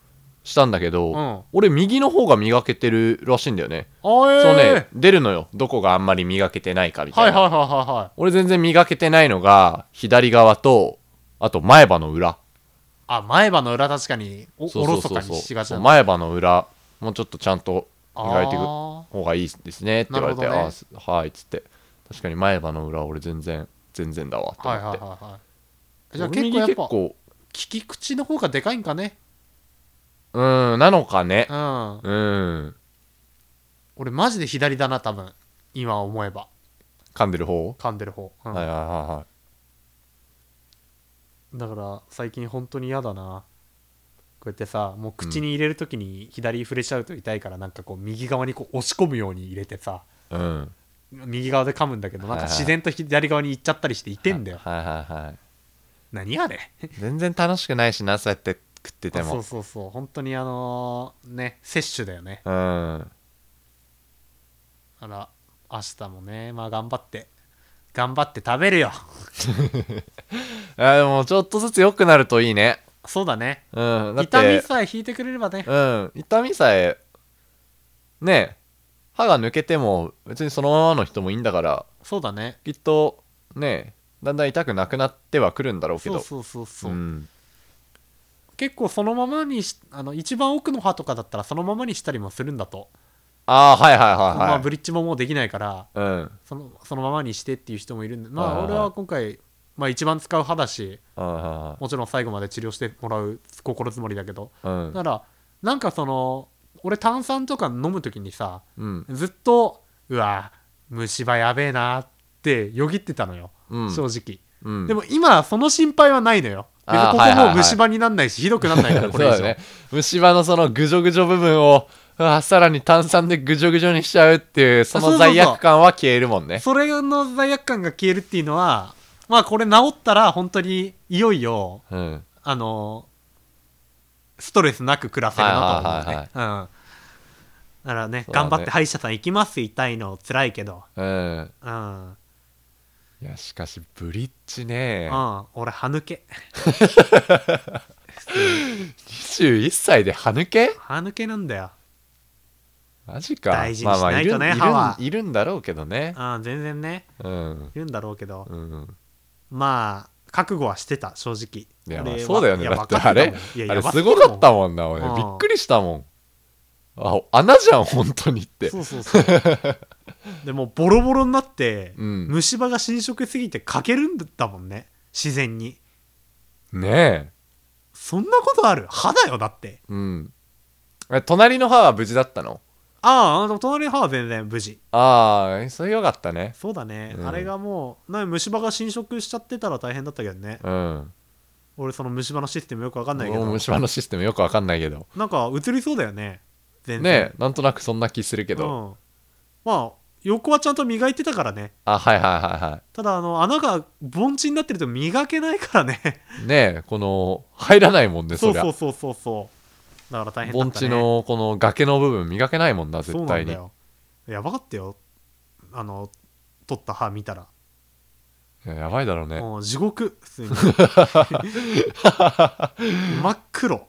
Speaker 1: したんだけ
Speaker 2: うん
Speaker 1: ど
Speaker 2: あ
Speaker 1: 俺右の方が磨けてるらしいんだよね
Speaker 2: えー、
Speaker 1: そうね出るのよどこがあんまり磨けてないかみた
Speaker 2: はいいはい
Speaker 1: な
Speaker 2: はいはいはい
Speaker 1: 俺全然磨けてないのが左側とあと前歯の裏
Speaker 2: あ前歯の裏確かにお
Speaker 1: そう
Speaker 2: お
Speaker 1: そ
Speaker 2: ろ
Speaker 1: う
Speaker 2: そ
Speaker 1: そう
Speaker 2: か
Speaker 1: そ
Speaker 2: に
Speaker 1: う
Speaker 2: しがち
Speaker 1: そ
Speaker 2: だ
Speaker 1: う
Speaker 2: ね
Speaker 1: 前歯の裏もうちょっとちゃんと磨いていく方
Speaker 2: あ
Speaker 1: がいいですねって言われて、
Speaker 2: なるほどね
Speaker 1: あすはいっつって確かに前歯の裏俺全然全然だわ
Speaker 2: ー
Speaker 1: と
Speaker 2: は
Speaker 1: 思っ
Speaker 2: い
Speaker 1: て、
Speaker 2: はいはいはいじゃあ
Speaker 1: 俺
Speaker 2: 結
Speaker 1: 右
Speaker 2: 構やっ
Speaker 1: 結
Speaker 2: ぱ聞
Speaker 1: 構
Speaker 2: き口の方がでかいんかね
Speaker 1: うんなのかね
Speaker 2: うん
Speaker 1: うん
Speaker 2: 俺マジで左だな多分今思えば
Speaker 1: 噛んでる方、
Speaker 2: 噛んでる方、うん
Speaker 1: はいはいはいはい
Speaker 2: だから最近本当に嫌だなこうやってさもう口に入れる時に左触れちゃうと痛いから、なんかこう右側にこう押し込むように入れてさ
Speaker 1: うん
Speaker 2: 右側で噛むんだけどなんか自然と左側に行っちゃったりして痛いんだよ、
Speaker 1: はいはいはい
Speaker 2: 何あれ
Speaker 1: 全然楽しくないしなそうやって食ってて
Speaker 2: そう
Speaker 1: も
Speaker 2: そうそう本当にあのーね摂取だよね
Speaker 1: うん
Speaker 2: あら明日もねまあ頑張って頑張って食べるよ
Speaker 1: あでもちょっとずつ良くなるといいね
Speaker 2: そうだね
Speaker 1: うんだって
Speaker 2: 痛みさえ引いてくれればね
Speaker 1: うん痛みさえねえ歯が抜けても別にそのままの人もいいんだから
Speaker 2: そうだね
Speaker 1: きっとねだんだん痛くなくなってはくるんだろうけ
Speaker 2: そ
Speaker 1: ど
Speaker 2: うそうそうそう、
Speaker 1: うん
Speaker 2: 結構そのままにしあの一番奥の歯とかだったらそのままにしたりもするんだと、
Speaker 1: ああはいはい
Speaker 2: まあ、
Speaker 1: は
Speaker 2: ブリッジももうできないから
Speaker 1: いはい、うん
Speaker 2: そのそのままにしてっていう人もいるんでま
Speaker 1: はい
Speaker 2: あ
Speaker 1: はい
Speaker 2: 俺は今回、まあ、一番使う歯だし
Speaker 1: あ
Speaker 2: もちろん最後まで治療してもらう心づもりだけど
Speaker 1: あうん
Speaker 2: ならなんかその俺炭酸とか飲む時にさ
Speaker 1: うん
Speaker 2: ずっとうわ虫歯やべえなってよぎってたのよ、
Speaker 1: うん
Speaker 2: 正直、
Speaker 1: うん
Speaker 2: でも今その心配はないのよ別に
Speaker 1: あー
Speaker 2: こ
Speaker 1: はいは
Speaker 2: こ
Speaker 1: いは
Speaker 2: も
Speaker 1: いう
Speaker 2: 虫歯になんないしひどくなんないからこれ以
Speaker 1: そう
Speaker 2: 上
Speaker 1: だね虫歯のそのぐじょぐじょ部分をうわさらに炭酸でぐじょぐじょにしちゃうっていうそ
Speaker 2: そ
Speaker 1: の
Speaker 2: うそうそう
Speaker 1: 罪悪感は消えるもんね
Speaker 2: それの罪悪感が消えるっていうのはまあこれ治ったら本当にいよいよ
Speaker 1: うん
Speaker 2: あのストレスなく暮らせるなと思うね、
Speaker 1: はいはい
Speaker 2: うんだからね
Speaker 1: そうだね
Speaker 2: 頑張って歯医者さん行きます痛いの辛いけど
Speaker 1: うん
Speaker 2: うん、
Speaker 1: いやしかしブリッジね
Speaker 2: うん、俺歯抜け
Speaker 1: 21歳で歯抜け
Speaker 2: 歯抜けなんだよ、
Speaker 1: マジか
Speaker 2: 大事にしないとね
Speaker 1: まあまあ
Speaker 2: 歯はい
Speaker 1: るんいるんいるんだろうけどね
Speaker 2: うん、全然ね
Speaker 1: うん
Speaker 2: いるんだろうけど
Speaker 1: うん
Speaker 2: まあ覚悟はしてた正直
Speaker 1: いやまあ
Speaker 2: 俺は
Speaker 1: そうだよね
Speaker 2: いや
Speaker 1: だって
Speaker 2: 分か
Speaker 1: あ
Speaker 2: た
Speaker 1: れ
Speaker 2: もんいや
Speaker 1: あ
Speaker 2: や
Speaker 1: れ
Speaker 2: ば
Speaker 1: すごかった
Speaker 2: も
Speaker 1: もんな俺
Speaker 2: うん
Speaker 1: びっくりしたもんあ穴じゃん本当にって
Speaker 2: んそうそうそうでもうボロボロになって、
Speaker 1: うん
Speaker 2: 虫歯が侵食しすぎて欠けるんだもんね自然に
Speaker 1: ねえ
Speaker 2: そんなことある歯だよだって
Speaker 1: うんえ隣の歯は無事だったの
Speaker 2: あああの隣の歯は全然無事
Speaker 1: ああそれよかったね
Speaker 2: そうだね、
Speaker 1: うん
Speaker 2: あれがもうな虫歯が侵食しちゃってたら大変だったけどね
Speaker 1: うん
Speaker 2: 俺その虫歯のシステムよく分かんないけ
Speaker 1: もう
Speaker 2: ど
Speaker 1: 虫歯のシステムよくわかんないけど
Speaker 2: なんか映りそうだよね全然
Speaker 1: ねえなんとなくそんな気するけど、
Speaker 2: うん、まあ横はちゃんと磨いてたからね
Speaker 1: あはいはいはいは
Speaker 2: ただあの穴が盆地になってると磨けないからね
Speaker 1: いねえこの入らないもんね
Speaker 2: そ
Speaker 1: そうりゃ
Speaker 2: そうそうそうそうだから大変だ
Speaker 1: 盆
Speaker 2: った、ね、
Speaker 1: 地のこの崖の部分磨けないもんな
Speaker 2: そう
Speaker 1: 絶
Speaker 2: なん
Speaker 1: 対に
Speaker 2: だよやばかったよあの取った歯見たら
Speaker 1: いややばいだろうね
Speaker 2: もう地獄普 通に真っ黒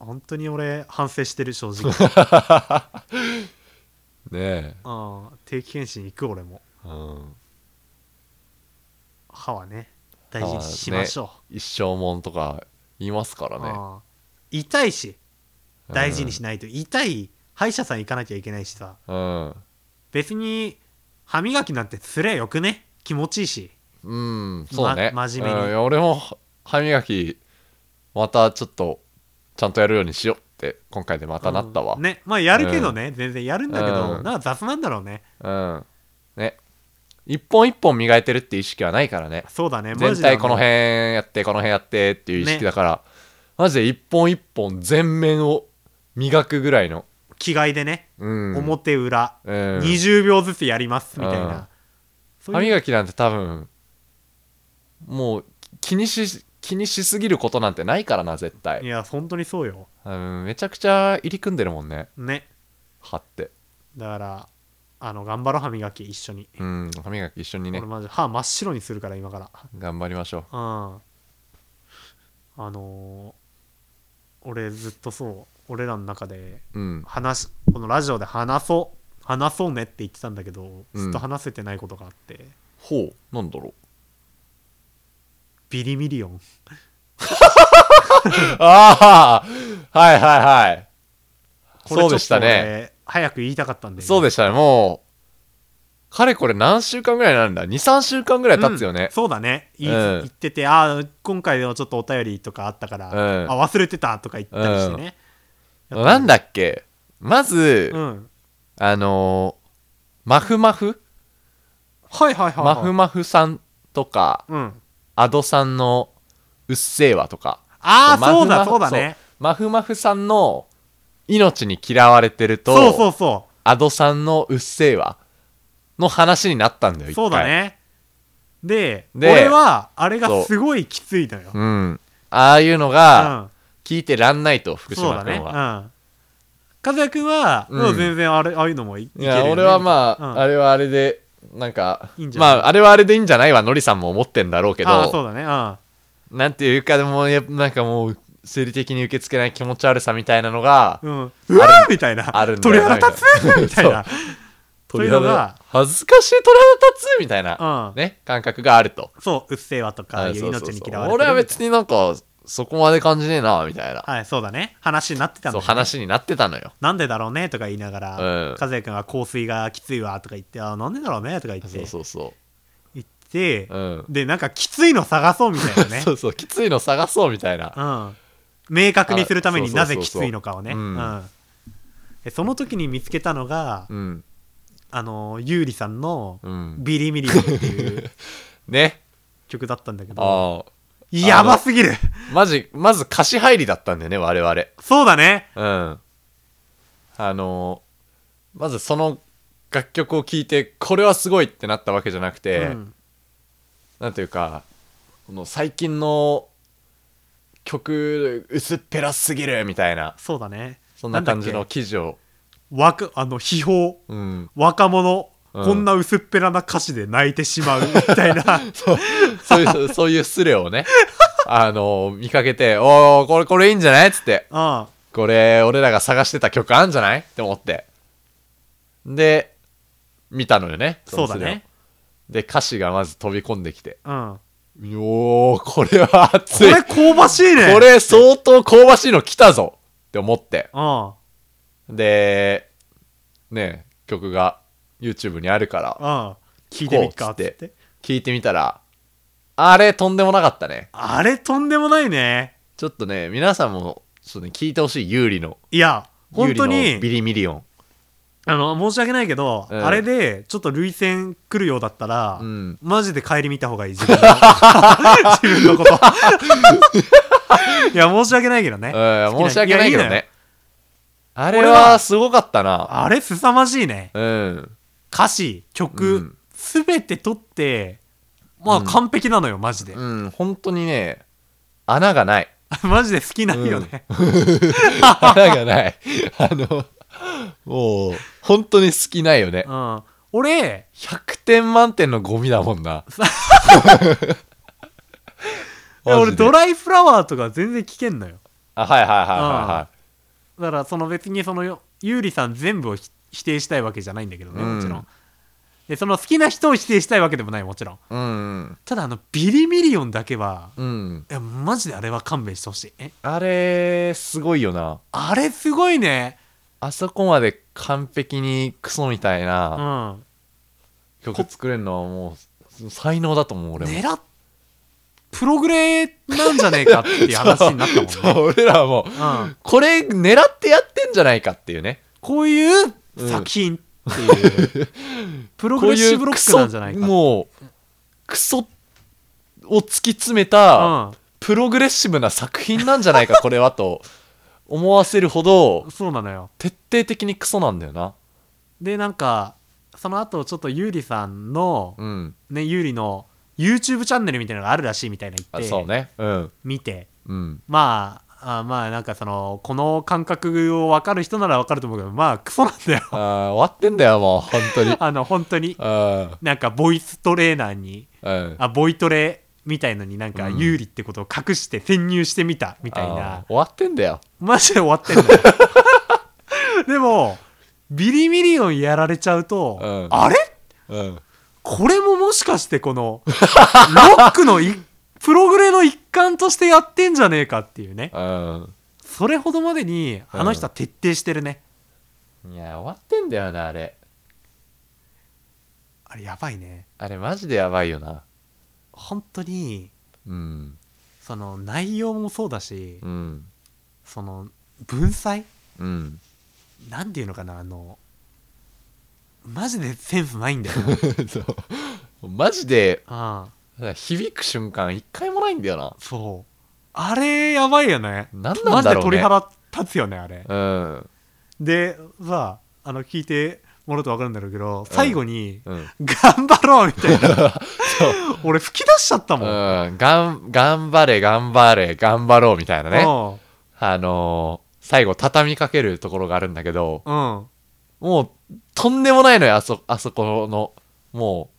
Speaker 2: 本当に俺反省してる正直、
Speaker 1: ねえ、
Speaker 2: うん、定期検診行く俺も
Speaker 1: うん、
Speaker 2: 歯はね大事にしましょう、
Speaker 1: 一生もんとか言いますからね
Speaker 2: ああ痛いし大事に
Speaker 1: し
Speaker 2: しないと、痛い歯医者さん行かなきゃいけないしさ
Speaker 1: うん、
Speaker 2: 別に歯磨きなんてすりゃよくね気持ちいいし
Speaker 1: うん、そうね、
Speaker 2: ま真面目に
Speaker 1: うんいや俺も歯磨きまたちょっとちゃんとやるようにしようって今回でまたなったわ、
Speaker 2: うんねまあやるけどね、全然やるんだけど、
Speaker 1: うん
Speaker 2: なんか雑なんだろうね
Speaker 1: うん。ね。一本一本磨いてるっていう意識はないからね。
Speaker 2: そうだねマ
Speaker 1: 全
Speaker 2: ジであ
Speaker 1: 体この辺やって、この辺やってっていう意識
Speaker 2: ね
Speaker 1: だから、マジで一本一本全面を磨くぐらいの。
Speaker 2: 着替えでね、
Speaker 1: うん。
Speaker 2: 表裏、
Speaker 1: うん
Speaker 2: 20秒ずつやりますみたいな、
Speaker 1: うん
Speaker 2: そう
Speaker 1: 歯
Speaker 2: いう
Speaker 1: 磨きなんて多分、もう気にし、気にしすぎることなんてないからな、絶
Speaker 2: い
Speaker 1: 対。
Speaker 2: や本当にそうよ
Speaker 1: うん、めちゃくちゃ入り組んでるもんね、
Speaker 2: ね
Speaker 1: 歯って。
Speaker 2: だからあの頑張ろう歯磨き一緒に、
Speaker 1: うん、歯磨き一緒にね
Speaker 2: 俺、マジ歯真っ白にするから今から
Speaker 1: 頑張りましょう。
Speaker 2: うんあのー俺ずっとそう俺らの中で
Speaker 1: うん。
Speaker 2: 話しこのラジオで話そう話そうねって言ってたんだけど
Speaker 1: うん
Speaker 2: ずっと話せてないことがあって、
Speaker 1: ほう、なんだろう。
Speaker 2: ビリミリオン
Speaker 1: ああはいはいはい。
Speaker 2: これ
Speaker 1: そうでしたね。
Speaker 2: ちょっと俺早く言いたかったんで
Speaker 1: そう
Speaker 2: で
Speaker 1: でしたね。もう、かれこれ何週間ぐらいなんだ ?2、3週間ぐらい経つよね。
Speaker 2: そうだねい
Speaker 1: うん
Speaker 2: 言っててああ今回でもちょっとお便りとかあったから、
Speaker 1: うん
Speaker 2: あ忘れてたとか言ったりしてね、やった
Speaker 1: なんだっけまず、
Speaker 2: うん
Speaker 1: あのーまふまふ
Speaker 2: はいはいはい、はい、
Speaker 1: まふまふさんとか、
Speaker 2: うん
Speaker 1: アドさんのうっせぇわとか。
Speaker 2: ああそうだ
Speaker 1: まふ
Speaker 2: そう
Speaker 1: ま
Speaker 2: だ
Speaker 1: ふ
Speaker 2: ね。
Speaker 1: そうまふまふさんの命に嫌われてると、
Speaker 2: そうそうそ
Speaker 1: アドさんのうっせぇわの話になったんだよ、
Speaker 2: う
Speaker 1: 一回
Speaker 2: そうだ。ねで
Speaker 1: で
Speaker 2: 俺はあれ
Speaker 1: そ
Speaker 2: が
Speaker 1: う
Speaker 2: すごいきついのよ、うん
Speaker 1: うん。ああいうのが、聞いてらんないと福
Speaker 2: そう
Speaker 1: 島
Speaker 2: だ
Speaker 1: 君
Speaker 2: ねうん
Speaker 1: は、
Speaker 2: 和也君は、
Speaker 1: うん
Speaker 2: もう全然あれああいうのもいいけ
Speaker 1: い
Speaker 2: るよ
Speaker 1: や
Speaker 2: ね
Speaker 1: 俺はまあ、
Speaker 2: うん
Speaker 1: あれはあれでなんか
Speaker 2: いいんじゃ
Speaker 1: ま
Speaker 2: ない
Speaker 1: ああれはあれでいいんじゃないはのりさんも思ってんだろうけ
Speaker 2: ああそ
Speaker 1: ど
Speaker 2: うだねうん
Speaker 1: なんていうかでもやっぱなんかもう生理的に受け付けない気持ち悪さみたいなのが、
Speaker 2: うん、うわーみたいな
Speaker 1: あるんだよ
Speaker 2: 鳥肌立つみたいなそういうのが
Speaker 1: 恥ずかしい鳥肌立つみたいな、
Speaker 2: うん
Speaker 1: ね、感覚があると。
Speaker 2: そう「うっせえわ」とか
Speaker 1: あ
Speaker 2: いう
Speaker 1: そうそう
Speaker 2: 命
Speaker 1: そう
Speaker 2: に嫌われてるみ
Speaker 1: 俺
Speaker 2: たいな
Speaker 1: は別になんか、そこまで感じねえな、みたいな。
Speaker 2: はいそうだね話になってたんだ
Speaker 1: そう、
Speaker 2: よね
Speaker 1: 話になってたのよ。
Speaker 2: なんでだろうねとか言いながら、
Speaker 1: うん
Speaker 2: 和也君は香水がきついわとか言って、あなんでだろうねとか言って、
Speaker 1: そうそうそ
Speaker 2: 言って、
Speaker 1: う。うん。
Speaker 2: で、なんかきついの探そうみたいなね。
Speaker 1: そうそう、きついの探そうみたいな。
Speaker 2: うん。明確にするために
Speaker 1: あそう
Speaker 2: なぜ
Speaker 1: そう
Speaker 2: き
Speaker 1: そうそう
Speaker 2: ついのかをね。
Speaker 1: う
Speaker 2: うんん。でその時に見つけたのが、
Speaker 1: うん。
Speaker 2: あの、ゆうりさんの
Speaker 1: うん。
Speaker 2: ビリミリっていう
Speaker 1: ね。
Speaker 2: 曲だったんだけど、
Speaker 1: ああ。
Speaker 2: やばすぎる
Speaker 1: マジ、まず歌詞入りだったんだよね、我々。
Speaker 2: そうだね。
Speaker 1: うん。あのーまずその楽曲を聴いて、これはすごいってなったわけじゃなくて、
Speaker 2: うん
Speaker 1: なんていうか、この最近の曲、薄っぺらすぎるみたいな、
Speaker 2: そうだね。
Speaker 1: そんな感じ
Speaker 2: な
Speaker 1: の
Speaker 2: んだっ
Speaker 1: 記事を、
Speaker 2: け。わく、あの、秘宝。
Speaker 1: うん。
Speaker 2: 若者、
Speaker 1: うん
Speaker 2: こんな薄っぺらな歌詞で泣いて しまうみたいな
Speaker 1: そういう、そういうスレを ね、あのー見かけて、おー、これ、これいいんじゃないっつって、
Speaker 2: うん
Speaker 1: これ、俺らが探してた曲あんじゃないって思って。で、見たのよね。
Speaker 2: そうだ
Speaker 1: のスレを
Speaker 2: ね。
Speaker 1: で、歌詞がまず飛び込んできて。
Speaker 2: うん。
Speaker 1: おー、これは
Speaker 2: こ
Speaker 1: 熱い。
Speaker 2: れ香ばしいね。
Speaker 1: これ相当香ばしいの来たぞって思って。
Speaker 2: うん。
Speaker 1: で、ね、曲が YouTube にあるから、
Speaker 2: うん。聞いてみっか
Speaker 1: こ
Speaker 2: っ
Speaker 1: う
Speaker 2: つ
Speaker 1: っ
Speaker 2: っ
Speaker 1: つって
Speaker 2: て。
Speaker 1: 聞いてみたら、あれとんでもなかったね。
Speaker 2: あれとんでもないね。
Speaker 1: ちょっとね、皆さんも、ちょっとね、聞いてほしい、有利の。
Speaker 2: いや、本当
Speaker 1: 有利のビ
Speaker 2: に、
Speaker 1: リミリオン。
Speaker 2: あの、申し訳ないけど、
Speaker 1: うん
Speaker 2: あれで、ちょっと類線来るようだったら、
Speaker 1: うん
Speaker 2: マジで帰り見た方がいい、自分の。自分のこと。いや、申し訳ないけどね。
Speaker 1: うん、
Speaker 2: 好き
Speaker 1: 申し訳ないけど
Speaker 2: やのよ
Speaker 1: ね。あれ
Speaker 2: これ
Speaker 1: は
Speaker 2: は
Speaker 1: すごかったな。
Speaker 2: あれ、凄まじいね。
Speaker 1: うん。
Speaker 2: 歌詞、
Speaker 1: う
Speaker 2: 曲
Speaker 1: ん、
Speaker 2: すべ、て取って、まあ、
Speaker 1: うん
Speaker 2: 完璧なのよ、マジで。
Speaker 1: うん、本当にね、穴がない。
Speaker 2: マジで好きなんよね。
Speaker 1: 穴がない。あの、もう、本当に好きないよね。
Speaker 2: うん、俺、
Speaker 1: 100点満点のゴミだもん な。
Speaker 2: いや俺ド
Speaker 1: イ
Speaker 2: ライフラワーとか全然聞けんのよ
Speaker 1: あ、はいはいはいはいはい。
Speaker 2: だからその別にそのよゆうりさん全部をひ否定したいわけじゃないんだけどね
Speaker 1: うん
Speaker 2: もちろん、でその好きな人を否定したいわけでもないもちろん
Speaker 1: うん。
Speaker 2: ただあのビリミリオンだけは
Speaker 1: うん。
Speaker 2: いやマジであれは勘弁してほしいえ
Speaker 1: あれ、すごいよな。
Speaker 2: あれすごいね
Speaker 1: あそこまで完璧にクソみたいうなん曲作れるのはもう、才能だと思う、俺も。
Speaker 2: 狙っプログレなんじゃねえかっていう話になったもん ね
Speaker 1: そう、俺らはもう、
Speaker 2: うん、
Speaker 1: これ狙ってやってんじゃないかっていうね。
Speaker 2: こういう作品って いう、プロ
Speaker 1: こ
Speaker 2: グレ
Speaker 1: う
Speaker 2: ッ
Speaker 1: い
Speaker 2: シ
Speaker 1: う
Speaker 2: ブロ
Speaker 1: ク
Speaker 2: ックな
Speaker 1: ソ
Speaker 2: んじゃないかって
Speaker 1: もうクソを突き詰めた
Speaker 2: うん
Speaker 1: プログレッシブな作品なんじゃない かこれはと思わせるほど
Speaker 2: そうなのよ
Speaker 1: 徹底的にクソなんだよな
Speaker 2: でなんかその後ちょっとゆうりさんの、
Speaker 1: うん
Speaker 2: ねゆうりの YouTube チャンネルみたいなのがあるらしいみたいな
Speaker 1: あ
Speaker 2: 言
Speaker 1: そう
Speaker 2: って、
Speaker 1: ねうん
Speaker 2: 見て
Speaker 1: うん
Speaker 2: まああまあなんかそのこの感覚を分かる人なら分かると思うけどまあクソなんだよ
Speaker 1: あー終わってんだよもう本当に
Speaker 2: あの本当に
Speaker 1: あ
Speaker 2: なんかボイストレーナーに
Speaker 1: ーうん
Speaker 2: あボイトレみたいのになんか
Speaker 1: うん
Speaker 2: 有利ってことを隠して潜入してみたみたい
Speaker 1: あー
Speaker 2: な、
Speaker 1: 終わってんだよ
Speaker 2: マジで終わってんだよ でもビリミリオンやられちゃうと、
Speaker 1: うん
Speaker 2: あれ
Speaker 1: うん
Speaker 2: これももしかしてこのロックのいプログレの一環としてやってんじゃねえかっていうね
Speaker 1: う
Speaker 2: それほどまでにあの人は徹底してるね、
Speaker 1: んいや終わってんだよなあれ
Speaker 2: あれやばいね
Speaker 1: あれマジでやばいよな
Speaker 2: 本当に
Speaker 1: うん
Speaker 2: その内容もそうだし、
Speaker 1: うん
Speaker 2: その文才
Speaker 1: うん
Speaker 2: なんていうのかなあのマジでセンスないんだよ
Speaker 1: そうマジで
Speaker 2: ああ
Speaker 1: 響く瞬間一回もないんだよな
Speaker 2: そうあれやばいよね
Speaker 1: なんなんだろうね
Speaker 2: マジで鳥肌立つよねあれ
Speaker 1: うん
Speaker 2: でさあの聞いてもらうと分かるんだろうけど最後に、
Speaker 1: うん、
Speaker 2: 頑張ろう みたいな俺吹き出しちゃった
Speaker 1: う
Speaker 2: もん、うん
Speaker 1: ん、がん頑張れ頑張れ頑張ろうみたいなねあのー最後畳みかけるところがあるんだけど
Speaker 2: うん
Speaker 1: もうとんでもないのよあそあそこのも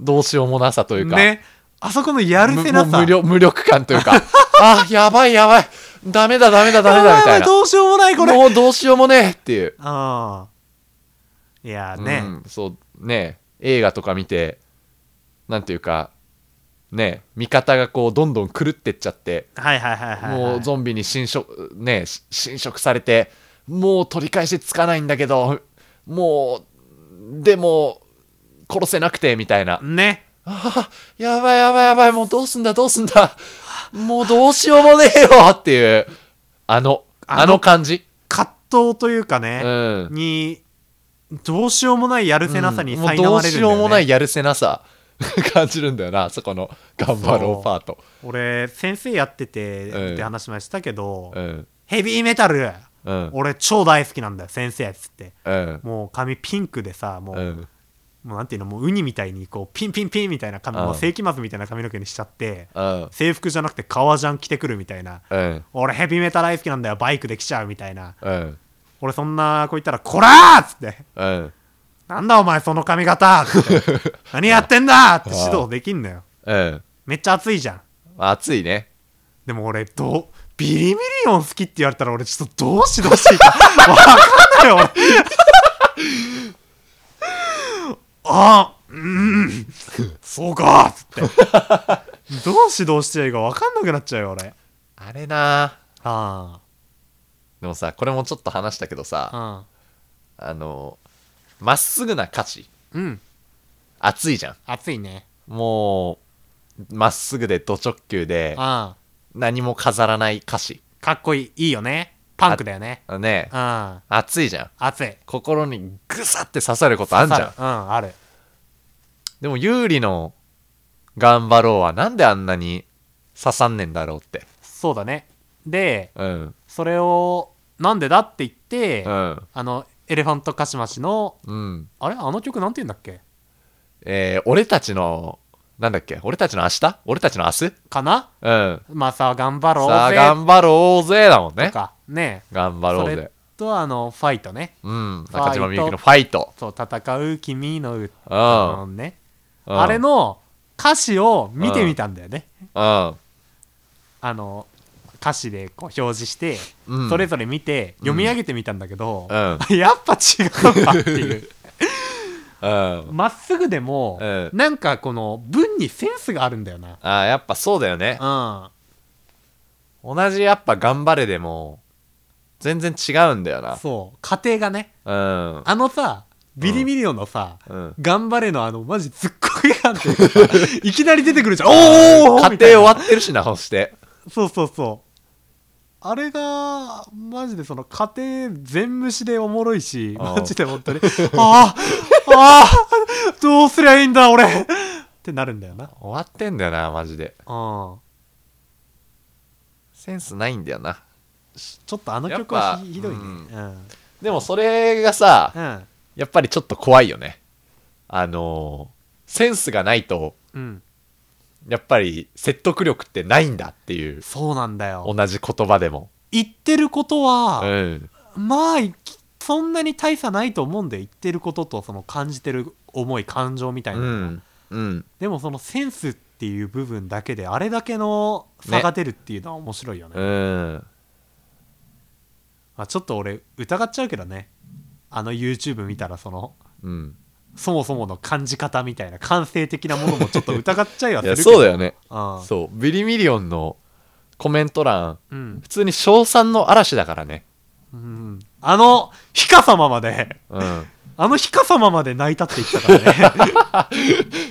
Speaker 1: うどうしようもなさというか、
Speaker 2: ねあそこのやるせな
Speaker 1: むもう
Speaker 2: さ
Speaker 1: 無力無力感というか あやばいやばいダメだダメだダメだみ
Speaker 2: やば
Speaker 1: た
Speaker 2: い
Speaker 1: いな
Speaker 2: どうしようもないこれ
Speaker 1: もうどうしようもねえっていう
Speaker 2: ああいいやー
Speaker 1: う
Speaker 2: ね、
Speaker 1: んそうね映画とか見てなんていうかね味方がこうどんどん狂ってっちゃって
Speaker 2: はいはいはいはい、はい、
Speaker 1: もうゾンビに侵食ねし侵食されてもう取り返しつかないんだけどもうでも殺せなくてみたいな、
Speaker 2: ね
Speaker 1: あーやばいやばいやばいもうどうすんだどうすんだもうどうしようもねえよっていうあのあの感じ
Speaker 2: 葛藤というか
Speaker 1: う
Speaker 2: ね、
Speaker 1: ん
Speaker 2: にどうしようもないやるせなさに
Speaker 1: うんもう
Speaker 2: 苛
Speaker 1: ど
Speaker 2: ま
Speaker 1: う
Speaker 2: れる
Speaker 1: し
Speaker 2: んだよ、ね
Speaker 1: ようもないやるせなさ 感じるんだよなあそこの頑張ろ
Speaker 2: そう
Speaker 1: うパート
Speaker 2: 俺先生やってて、
Speaker 1: うん
Speaker 2: って話もしたけど、
Speaker 1: うん
Speaker 2: ヘビーメタル
Speaker 1: うん
Speaker 2: 俺超大好きなんだよ先生っつって
Speaker 1: うん
Speaker 2: もう髪ピンクでさもう,、
Speaker 1: うん
Speaker 2: もうなんていうのもうウニみたいにこうピンピンピンみたいな髪、
Speaker 1: うん
Speaker 2: もう世紀末みたいな髪の毛にしちゃって、
Speaker 1: うん
Speaker 2: 制服じゃなくて革ジャン着てくるみたいな
Speaker 1: うん
Speaker 2: 俺ヘビーメタル大好きなんだよバイクで来ちゃうみたいな
Speaker 1: うん
Speaker 2: 俺そんな子いたら「こらー!」っつって
Speaker 1: うん
Speaker 2: 「なんだお前その髪型!」つって「何やってんだ!」って指導できんのよ
Speaker 1: うん
Speaker 2: めっちゃ熱いじゃん
Speaker 1: 暑いね
Speaker 2: でも俺どうビリミリオン好きって言われたら俺ちょっとどうしどうしていいかわかんないよ俺あうんそうかっつってどう指導していいかわかんなくなっちゃうよ俺
Speaker 1: あれな
Speaker 2: あ
Speaker 1: でもさこれもちょっと話したけどさ
Speaker 2: あ
Speaker 1: あのまっすぐな歌詞
Speaker 2: うんうん
Speaker 1: 熱いじゃん
Speaker 2: 熱いね
Speaker 1: もうまっすぐでド直球で
Speaker 2: あ
Speaker 1: 何も飾らない歌詞
Speaker 2: あかっこいいいいよねパンクだよね
Speaker 1: ね
Speaker 2: うん
Speaker 1: 熱いじゃん
Speaker 2: 熱い
Speaker 1: 心にグサって刺さることあんじゃん
Speaker 2: 刺さるうんある
Speaker 1: でも有利の頑張ろうはなんであんなに刺さんねんだろうって
Speaker 2: そうだねで
Speaker 1: うん
Speaker 2: それをなんでだって言って、
Speaker 1: うん
Speaker 2: あのエレファントカシマシの
Speaker 1: うん
Speaker 2: あれあの曲なんて言うんだっけ
Speaker 1: えー、俺たちのなんだっけ俺たちの明日俺たちの明日うん
Speaker 2: かなまあさあ頑張ろ
Speaker 1: さ
Speaker 2: う
Speaker 1: あ
Speaker 2: ぜ
Speaker 1: 頑張ろうぜだもんね
Speaker 2: とかね
Speaker 1: 頑張ろう
Speaker 2: それ
Speaker 1: ぜ
Speaker 2: とあのファイトね
Speaker 1: うん
Speaker 2: ファイト
Speaker 1: 中島みゆきのファイト
Speaker 2: そう戦う君の
Speaker 1: う
Speaker 2: 歌
Speaker 1: ん
Speaker 2: のねあれの歌詞を見てみたんだよね
Speaker 1: うん
Speaker 2: あの歌詞でこう表示して、
Speaker 1: うん
Speaker 2: それぞれ見て読み上げてみたんだけど、
Speaker 1: う
Speaker 2: やっぱ違うわっていう
Speaker 1: うん
Speaker 2: まっすぐでも、
Speaker 1: うん
Speaker 2: なんかこの文にセンスがあるんだよな
Speaker 1: あーやっぱそうだよね
Speaker 2: うん
Speaker 1: 同じやっぱ頑張れでも全然違うんだよな
Speaker 2: そう家庭がね
Speaker 1: うん
Speaker 2: あのさビリミリオンのさ、
Speaker 1: うん
Speaker 2: 頑張れのあのマジツッコミ感っていうかいきなり出てくるじゃんおお
Speaker 1: 家庭終わってるしなそして
Speaker 2: そうそうそうあれがマジでその家庭全無視でおもろいし
Speaker 1: ああ
Speaker 2: マジで本当にああああどうすりゃいいんだ俺ってなるんだよな
Speaker 1: 終わってんだよなマジで
Speaker 2: うん
Speaker 1: センスないんだよな
Speaker 2: ちょっとあの曲はひひ
Speaker 1: や
Speaker 2: ど
Speaker 1: っ
Speaker 2: い
Speaker 1: ぱ
Speaker 2: ねうん
Speaker 1: でもそれがさ
Speaker 2: うん
Speaker 1: やっぱりちょっと怖いよねあのーセンスがないと
Speaker 2: うん
Speaker 1: やっぱり説得力ってないんだっていう
Speaker 2: そうなんだよ
Speaker 1: 同じ言葉でも
Speaker 2: 言ってること
Speaker 1: う
Speaker 2: は、
Speaker 1: ん
Speaker 2: まあいそんなに大差ないと思うんで言ってることとその感じてる思い感情みたいうな、
Speaker 1: んうん
Speaker 2: でもそのセンスっていう部分だけであれだけの差が出るっていうのは面白いよね
Speaker 1: うん
Speaker 2: まあ、ちょっと俺疑っちゃうけどねあの YouTube 見たらその
Speaker 1: うん
Speaker 2: そもそもの感じ方みたいな感性的なものもちょっと疑っちゃいはいす
Speaker 1: や
Speaker 2: るけ
Speaker 1: そ
Speaker 2: ど
Speaker 1: うだよね
Speaker 2: うん
Speaker 1: そうビリミリオンのコメント欄
Speaker 2: うん
Speaker 1: 普通に称賛の嵐だからね
Speaker 2: うん、あのヒカ様まで
Speaker 1: うん
Speaker 2: あのヒカ様まで泣いたって言ってたか らね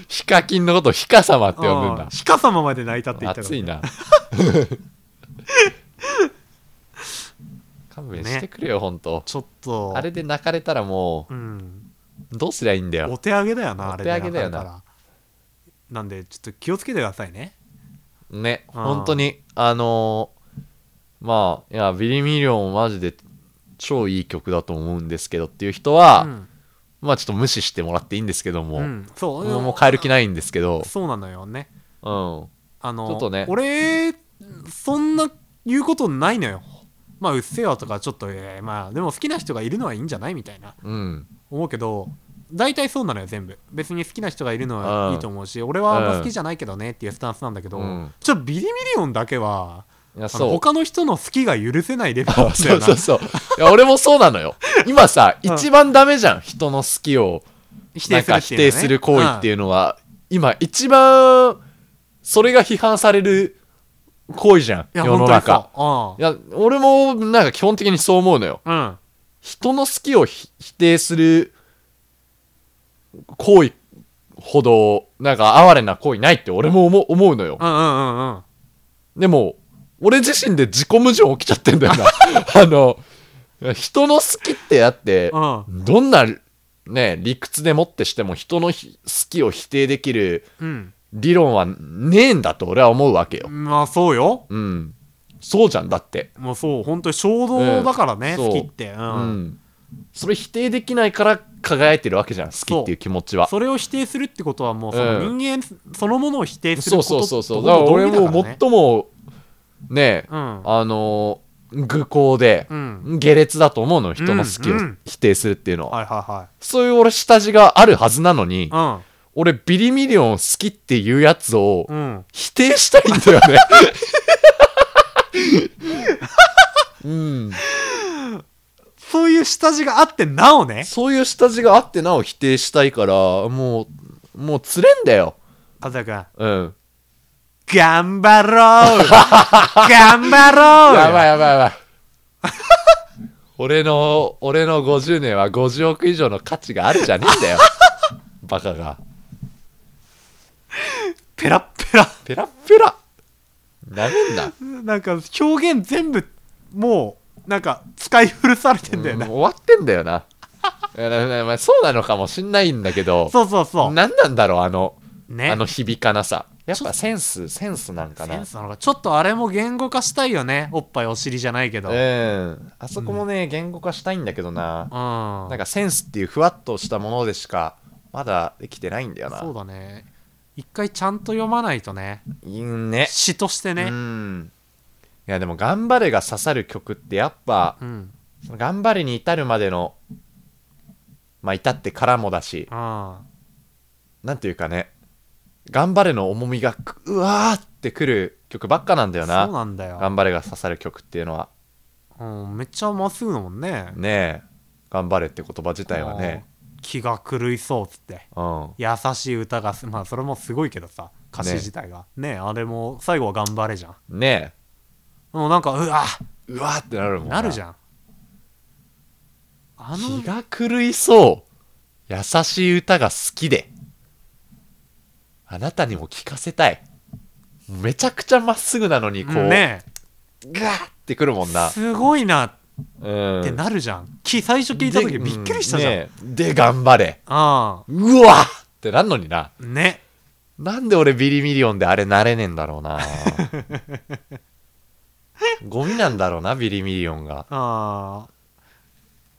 Speaker 1: ヒカキンのことをヒカ様って呼ぶん
Speaker 2: う
Speaker 1: だ
Speaker 2: んヒカ様まで泣いたって言ってたか
Speaker 1: 熱い
Speaker 2: らね
Speaker 1: な勘弁してくれよ、ほんと
Speaker 2: ちょっと
Speaker 1: あれで泣かれたらも
Speaker 2: うん
Speaker 1: うどうすりゃいいんだ
Speaker 2: お
Speaker 1: よ
Speaker 2: 手上げだよなあ
Speaker 1: お
Speaker 2: れ
Speaker 1: 手上げだよな
Speaker 2: で泣かれたらなんでちょっと気をつけてくださいね
Speaker 1: ね
Speaker 2: うん
Speaker 1: 本当にあのーまあいやビリミリオンマジで超いい曲だと思うんですけどっていう人は、
Speaker 2: うん
Speaker 1: まあちょっと無視してもらっていいんですけども、
Speaker 2: うんそう
Speaker 1: もうもう変える気ないんですけど
Speaker 2: そうなのよね
Speaker 1: うん
Speaker 2: あの
Speaker 1: ちょっとね
Speaker 2: 俺そんな言うことないのよまあうっせえわとかちょっと、えーまあでも好きな人がいるのはいいんじゃないみたいな
Speaker 1: うん
Speaker 2: 思うけど大体そうなのよ全部別に好きな人がいるの
Speaker 1: う
Speaker 2: は
Speaker 1: ん
Speaker 2: いいと思うし俺はあんま
Speaker 1: うん
Speaker 2: 好きじゃないけどねっていうスタンスなんだけど、
Speaker 1: うん
Speaker 2: ちょっとビリミリオンだけは
Speaker 1: いや
Speaker 2: あの
Speaker 1: そう
Speaker 2: 他の人の好きが許せないレベルだ
Speaker 1: あ
Speaker 2: っ
Speaker 1: そう
Speaker 2: た
Speaker 1: そう
Speaker 2: よ
Speaker 1: そういや俺もそうなのよ今さ一番ダメじゃん人の好きをなんか
Speaker 2: な
Speaker 1: 否定する行為っていううのは今一番それが批判される行為じゃん
Speaker 2: のは
Speaker 1: 世の中
Speaker 2: 中
Speaker 1: いや俺もなんか基本的にそう思うのよ
Speaker 2: うんうん
Speaker 1: 人の好きをひ否定する行為ほどなんか哀れな行為ないって俺も思う思うのよ
Speaker 2: うんうんうんうん
Speaker 1: でも俺自身で自己矛盾起きちゃってんだよ なあの人の好きってあって
Speaker 2: うん
Speaker 1: どんなね理屈でもってしても人のひ好きを否定できる
Speaker 2: うん
Speaker 1: 理論はねえんだと俺は思うわけよ。
Speaker 2: まあそうよ
Speaker 1: うん。そうじゃんだって。
Speaker 2: もうそう本当に衝動だからね、
Speaker 1: うん
Speaker 2: 好きってう、
Speaker 1: うんん。それ否定できないから輝いてるわけじゃん。好きっていう気持ちは。
Speaker 2: それを否定するってことはもうその
Speaker 1: う
Speaker 2: 人間そのものを否定する
Speaker 1: そ
Speaker 2: こ
Speaker 1: う
Speaker 2: と
Speaker 1: そうそうそう。
Speaker 2: と
Speaker 1: だから俺
Speaker 2: 同義だ
Speaker 1: も
Speaker 2: らね
Speaker 1: 最もね、
Speaker 2: うん
Speaker 1: あのー愚行で
Speaker 2: う、ん
Speaker 1: 下劣だと思うのよ人の好きを
Speaker 2: うんうん
Speaker 1: 否定するっていうのは。
Speaker 2: はいは
Speaker 1: そういう俺下地があるはずなのに
Speaker 2: い、は
Speaker 1: 俺ビリミリオン好きっていうやつを、
Speaker 2: いうんうん
Speaker 1: 否定したいんだよね。うん、
Speaker 2: そういう下地があってなおね
Speaker 1: そういう下地があってなお否定したいからもうもうつれんだよ。
Speaker 2: 和也君
Speaker 1: うん、
Speaker 2: 頑張ろう 頑張ろう
Speaker 1: やばいやばいやばい俺の俺の50年は50億以上の価値があるじゃねえんだよバカが
Speaker 2: ペラッペラ
Speaker 1: ペラッペラなめんな
Speaker 2: なんか表現全部もうなんか使い古されてんだよ
Speaker 1: う
Speaker 2: ね
Speaker 1: ん終わってんだよないやななまあそうなのかもしんないんだけど
Speaker 2: そうそうそ
Speaker 1: 何なんだろうあの
Speaker 2: うね
Speaker 1: あの響かなさやっぱセンスセンスなんか
Speaker 2: セ
Speaker 1: な
Speaker 2: ンスなのかちょっとあれも言語化したいよねおっぱいお尻じゃないけど、
Speaker 1: うんあそこもね、言語化したいんだけどな
Speaker 2: うん
Speaker 1: なんかセンスっていうふわっとしたものでしかまだできてないんだよな
Speaker 2: そうだね一回ちゃんと読まないとね
Speaker 1: いいね
Speaker 2: 詩として
Speaker 1: う
Speaker 2: ね
Speaker 1: んいやでも「頑張れ」が刺さる曲ってやっぱ
Speaker 2: うん、
Speaker 1: 「頑張れ」に至るまでのまあ至ってからもだし
Speaker 2: あ
Speaker 1: なんていうかね「頑張れ」の重みがくうわーってくる曲ばっかなんだ
Speaker 2: あそ
Speaker 1: よ
Speaker 2: う
Speaker 1: な
Speaker 2: なんだよ、
Speaker 1: 頑張れ」が刺さる曲っていうのは
Speaker 2: うん、めっちゃまっすぐだもんね
Speaker 1: ねえ頑張れって言葉自体はね
Speaker 2: うん気が狂いそうっつって
Speaker 1: うん
Speaker 2: 優しい歌がすまあそれもすごいけどさ歌詞
Speaker 1: ね
Speaker 2: 自体がねあれも最後は頑張れじゃん
Speaker 1: ね
Speaker 2: もうなんかうわ
Speaker 1: えうわーってなるもん
Speaker 2: なるじ
Speaker 1: ん
Speaker 2: ゃんあの
Speaker 1: 気が狂いそう優しい歌が好きであなたにも聞かせたいめちゃくちゃまっすぐなのにこう、
Speaker 2: うんね
Speaker 1: ガーってくるもんな
Speaker 2: すごいな
Speaker 1: うん
Speaker 2: ってなるじゃん、き最初聞いた時びっくりしたじゃん、
Speaker 1: で,う、ねえで頑張れ
Speaker 2: あ
Speaker 1: うわーってなんのにな
Speaker 2: あね
Speaker 1: なんで俺ビリミリオンであれなれねえんだろう なゴミなんだろうなビリミリオンが
Speaker 2: ああ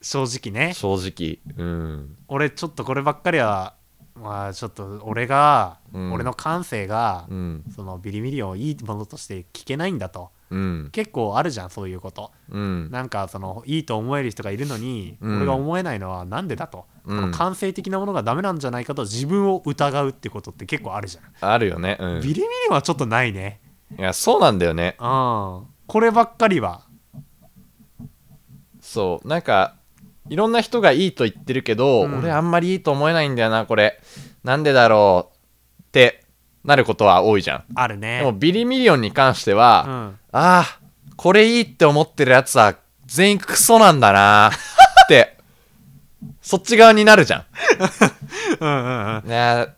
Speaker 2: 正直ね
Speaker 1: 正直うん
Speaker 2: 俺ちょっとこればっかりはまあちょっと俺が、
Speaker 1: うん
Speaker 2: 俺の感性が、
Speaker 1: うん
Speaker 2: そのビリビリをいいものとして聞けないんだと
Speaker 1: うん
Speaker 2: 結構あるじゃんそういうこと
Speaker 1: うん
Speaker 2: なんかそのいいと思える人がいるのに、
Speaker 1: うん
Speaker 2: 俺が思えないのはなんでだと、
Speaker 1: うん
Speaker 2: この感性的なものがダメなんじゃないかと自分を疑うってことって結構あるじゃん、
Speaker 1: あるよねうん
Speaker 2: ビリビリはちょっとないね
Speaker 1: いやそうなんだよね
Speaker 2: うんこればっかりは
Speaker 1: そうなんかいろんな人がいいと言ってるけど、
Speaker 2: うん
Speaker 1: 俺あんまりいいと思えないんだよなこれなんでだろうってなることは多いじゃん
Speaker 2: あるね
Speaker 1: でもビリミリオンに関して
Speaker 2: う
Speaker 1: は、
Speaker 2: ん、
Speaker 1: ああこれいいって思ってるやつは全員クソなんだなって そっち側になるじゃ
Speaker 2: うんうんうん
Speaker 1: んいや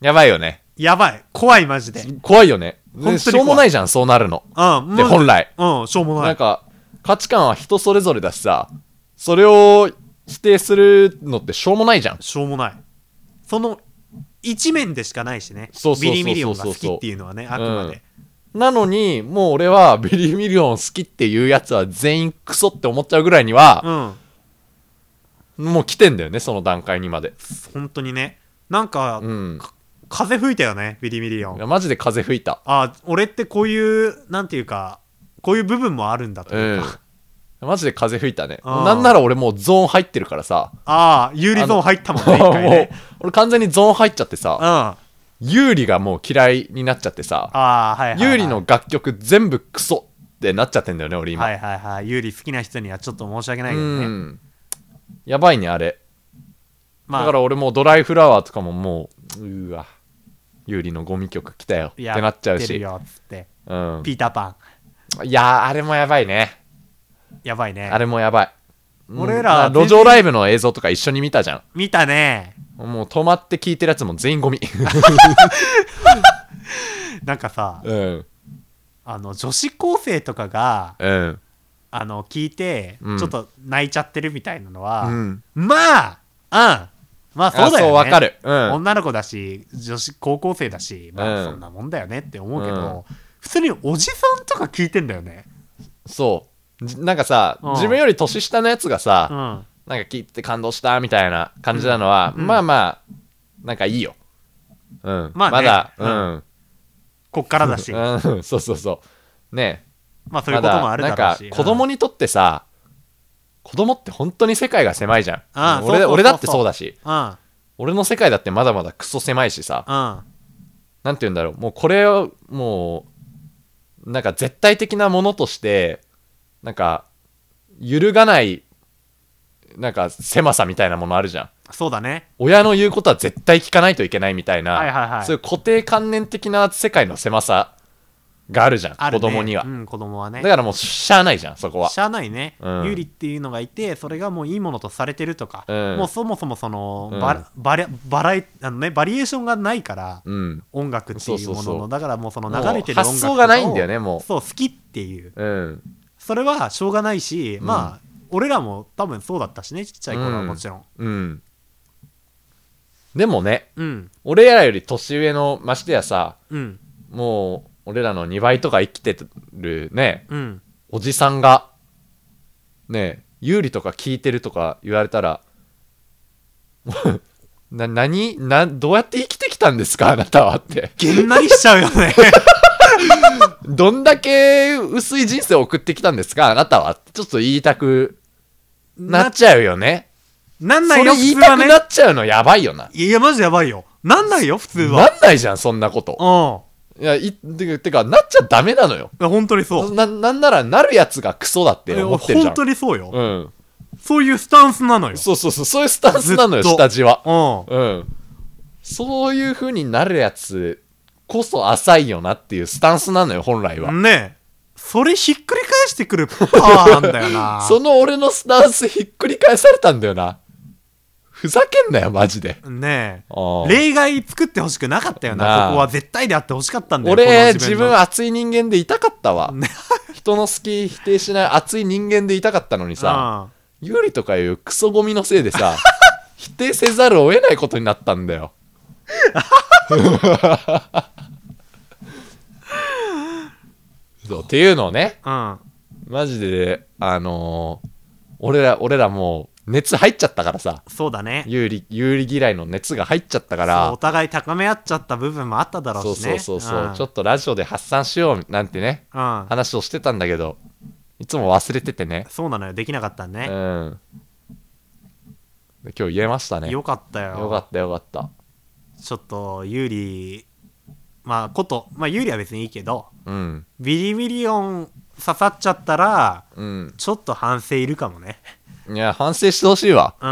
Speaker 1: やばいよね
Speaker 2: やばい怖いマジで
Speaker 1: 怖いよね
Speaker 2: 当に怖い
Speaker 1: しょうもないじゃんそうなるの
Speaker 2: うん
Speaker 1: で本来
Speaker 2: うんしょうもな
Speaker 1: なん
Speaker 2: い
Speaker 1: か価値観は人それぞれだしさそれを否定するのってしょうもないじゃん
Speaker 2: しょうもないその一面でしかないしね
Speaker 1: そうそうそうそうそう
Speaker 2: ビリミリオンが好きっていうのはねあくまで、
Speaker 1: なのにもう俺はビリーミリオン好きっていうやつは全員クソって思っちゃうぐらいに
Speaker 2: う
Speaker 1: は、
Speaker 2: ん、
Speaker 1: もう来てんだよねその段階にまで
Speaker 2: 本当にねなんか、
Speaker 1: うん
Speaker 2: か風吹いたよねビリビリオ
Speaker 1: い
Speaker 2: ン
Speaker 1: や
Speaker 2: あ
Speaker 1: マジで風吹いた
Speaker 2: あ俺ってこういうなんていうかこういう部分もあるんだと
Speaker 1: う
Speaker 2: い
Speaker 1: ん
Speaker 2: うか、
Speaker 1: マジで風吹いたね
Speaker 2: あー
Speaker 1: なんなら俺もうゾーン入ってるからさ、
Speaker 2: ああ有利ゾーン入った もんね一
Speaker 1: もう
Speaker 2: 回ね
Speaker 1: 俺完全にゾーン入っちゃって
Speaker 2: うん
Speaker 1: さ
Speaker 2: あ
Speaker 1: 有利がもう嫌いになっちゃってさ
Speaker 2: あはいはい、はい、
Speaker 1: 有利の楽曲全部クソてなっちゃってんだよね俺今、
Speaker 2: はいはいはい有利好きな人にはちょっと申し訳ないけ
Speaker 1: う
Speaker 2: どね、
Speaker 1: んやばいねあれ
Speaker 2: まあ
Speaker 1: だから俺もうドライフラワーとかももううーわ有利のゴミ曲来たよって
Speaker 2: や
Speaker 1: なっちゃう
Speaker 2: ってる
Speaker 1: し、
Speaker 2: よっつって
Speaker 1: うん、
Speaker 2: ピーターパン
Speaker 1: いやーあれもやばいね
Speaker 2: やばいね
Speaker 1: あれもやばい
Speaker 2: 俺ら
Speaker 1: うんまあ路上ライブの映像とか一緒に見たじゃ
Speaker 2: 見たね
Speaker 1: んもう止まって聞いてるやつも全員ゴミ
Speaker 2: なんかさ
Speaker 1: うん
Speaker 2: あの女子高生とかが
Speaker 1: うん
Speaker 2: あの聞いて、
Speaker 1: うん
Speaker 2: ちょっと泣いちゃってるみたいなのは、
Speaker 1: うん
Speaker 2: まあうんまあそうだよね
Speaker 1: あそうわかるうん
Speaker 2: 女の子だし女子高校生だしまあ
Speaker 1: うん
Speaker 2: そんなもんだよねって思うけ
Speaker 1: うん
Speaker 2: ど、普通におじさんとか聞いてんだよね
Speaker 1: そうじなんかさ、
Speaker 2: うん
Speaker 1: 自分より年下のやつがさ、
Speaker 2: うん
Speaker 1: なんか聞いて感動したみたいな感じなのは、
Speaker 2: うん
Speaker 1: まあまあなんかいいようん
Speaker 2: まあね
Speaker 1: まだ
Speaker 2: う
Speaker 1: う
Speaker 2: こっからだし、
Speaker 1: ん、うん、そうそうそうねえ
Speaker 2: まあそういうこともあるだろうし、
Speaker 1: まなんか子供
Speaker 2: に、
Speaker 1: にとってさ、子供って本当に世界が狭いじゃん
Speaker 2: ああ
Speaker 1: 俺
Speaker 2: そうそうそうそう
Speaker 1: 俺だってそうだし
Speaker 2: うんうん
Speaker 1: 俺の世界だってまだまだクソ狭いしさ
Speaker 2: あ
Speaker 1: なんて言うんだろうもうこれをもうなんか絶対的なものとしてなんか揺るがないなんか狭さみたいなものあるじゃん
Speaker 2: そうだね
Speaker 1: 親の言うことは絶対聞かないといけないみたいな、
Speaker 2: はいはいはい
Speaker 1: そういう固定観念的な世界の狭さがあるじゃん、
Speaker 2: ある
Speaker 1: 子
Speaker 2: ね
Speaker 1: 供には、
Speaker 2: うん子供はね
Speaker 1: だからもうしゃあないじゃんそこは
Speaker 2: しゃあないね、
Speaker 1: うん
Speaker 2: 有利っていうのがいてそれがもういいものとされてるとか、
Speaker 1: うん
Speaker 2: もうそもそもその、
Speaker 1: うん
Speaker 2: バラバラバラエあの、ね、バリエーションがないから、
Speaker 1: うん
Speaker 2: 音楽っていうものの
Speaker 1: そうそうそう
Speaker 2: だからもうその
Speaker 1: もう
Speaker 2: 流れてる音楽
Speaker 1: 発
Speaker 2: と
Speaker 1: 想
Speaker 2: かを
Speaker 1: がないんだよねも
Speaker 2: そう好きっていう
Speaker 1: ううん
Speaker 2: それはしょうがないし、
Speaker 1: うん
Speaker 2: まあ俺らも多分そうだったしねちっちゃい頃は
Speaker 1: うん
Speaker 2: もちろん
Speaker 1: うんでもね
Speaker 2: うん
Speaker 1: 俺らより年上のましてやさ
Speaker 2: うん
Speaker 1: もう俺らの2倍とか生きてるね
Speaker 2: うん
Speaker 1: おじさんがね有利とか聞いてるとか言われたら もうな何などうやって生きてきたんですかあなたはって
Speaker 2: げんなりしちゃうよね
Speaker 1: どんだけ薄い人生を送ってきたんですかあなたはってちょっと言いたく なっちゃうよね
Speaker 2: なんな
Speaker 1: そ
Speaker 2: いよ
Speaker 1: れ
Speaker 2: 普
Speaker 1: 言い
Speaker 2: 通は
Speaker 1: たく
Speaker 2: ね
Speaker 1: なっちゃうのやばいよない
Speaker 2: やマジやばいよなんないよ普通は
Speaker 1: なんないじゃんそんなこと
Speaker 2: う
Speaker 1: いやいてかてかなっちゃダメなのよ
Speaker 2: んいや本当にそう
Speaker 1: ななんならなるやつがクソだって思ってるじゃん
Speaker 2: 本当にそうよ、
Speaker 1: うん
Speaker 2: そういうスタンスなのよ
Speaker 1: そうそうそうそういうスタンスなのよ
Speaker 2: ずっと
Speaker 1: 下地は
Speaker 2: う
Speaker 1: うんそういう風になるやつこそ浅いよなっていうスタンスなのよ本来は、
Speaker 2: んねえそれひっくり返してくるパワーなんだよ な
Speaker 1: その俺のスタンスひっくり返されたんだよなふざけんなよマジで
Speaker 2: ね
Speaker 1: あ
Speaker 2: え
Speaker 1: ー
Speaker 2: 例外作ってほしくなかったよな
Speaker 1: なあ
Speaker 2: そこは絶対であってほしかったんだよこの
Speaker 1: 俺自
Speaker 2: の
Speaker 1: 分熱い人間でいたかったわ
Speaker 2: ね
Speaker 1: 人の好き否定しない熱い人間でいたかったのにさ有利とかいうクソゴミのせいで さ否定せざるを得ないことになったんだよそうっていうのをね
Speaker 2: うん、うん、
Speaker 1: マジであのー俺ら俺らもう熱入っちゃったからさ
Speaker 2: そうだね
Speaker 1: 有利有利嫌いの熱が入っちゃったか
Speaker 2: そうお
Speaker 1: ら
Speaker 2: 互い高め合っちゃった部分もあっただろうし
Speaker 1: そう
Speaker 2: ね
Speaker 1: そうそうそう、
Speaker 2: ん
Speaker 1: ちょっとラジオで発散しようなんてね
Speaker 2: うん
Speaker 1: 話をしてたんだけどいつも忘れててね
Speaker 2: そうなのよできなかった
Speaker 1: う
Speaker 2: ね、
Speaker 1: んで今日言えましたね
Speaker 2: よかったよ
Speaker 1: よかったよかった。
Speaker 2: ちょっと有利まあことまあ有利は別にいいけど
Speaker 1: うん。
Speaker 2: ビリビリ音刺さっちゃったら
Speaker 1: うん。
Speaker 2: ちょっと反省いるかもね
Speaker 1: いや、反省してほしいわ。
Speaker 2: う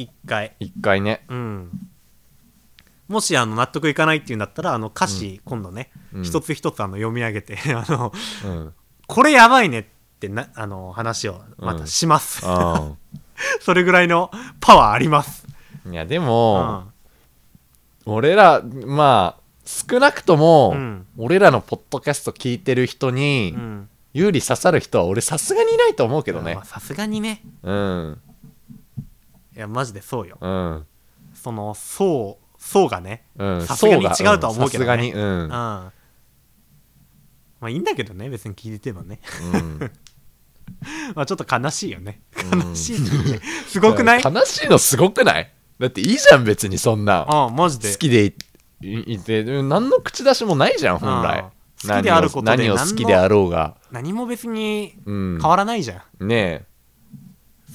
Speaker 2: ん一回
Speaker 1: 一回ね。
Speaker 2: うんもしあの納得いかないっていうんだったらあの歌詞、今度ね、
Speaker 1: うん
Speaker 2: 一つ一つあの読み上げて あの
Speaker 1: うん。
Speaker 2: これやばいねってなあの話をまたします、
Speaker 1: あ
Speaker 2: それぐらいのパワーあります、
Speaker 1: あ。いや、で
Speaker 2: う
Speaker 1: も、
Speaker 2: ん、
Speaker 1: 俺ら、まあ、少なくとも、
Speaker 2: うん
Speaker 1: 俺らのポッドキャスト聞いてる人に、
Speaker 2: うん
Speaker 1: 有利刺さる人は俺さすがにいないと思うけどね
Speaker 2: まあ。さすがにね
Speaker 1: うん。
Speaker 2: いやマジでそうよ
Speaker 1: うん。
Speaker 2: その層層がね
Speaker 1: うん。
Speaker 2: さすがに
Speaker 1: 層が
Speaker 2: 違うとは思うけどね
Speaker 1: んさすがに、う
Speaker 2: うん
Speaker 1: ん。
Speaker 2: まあいいんだけどね別に聞いてればね
Speaker 1: うん
Speaker 2: まあちょっと悲しいよね
Speaker 1: うん
Speaker 2: 悲しいってねすごくないうん
Speaker 1: 悲しいのすごくないだっていいじゃん、別にそんなん。
Speaker 2: マジで
Speaker 1: 好きでいいいてうん何の口出しもないじゃん本来
Speaker 2: うん好きであることで
Speaker 1: 何を何を好きであろうが、
Speaker 2: 何も別に
Speaker 1: うん、
Speaker 2: 変わらないじゃん、
Speaker 1: ね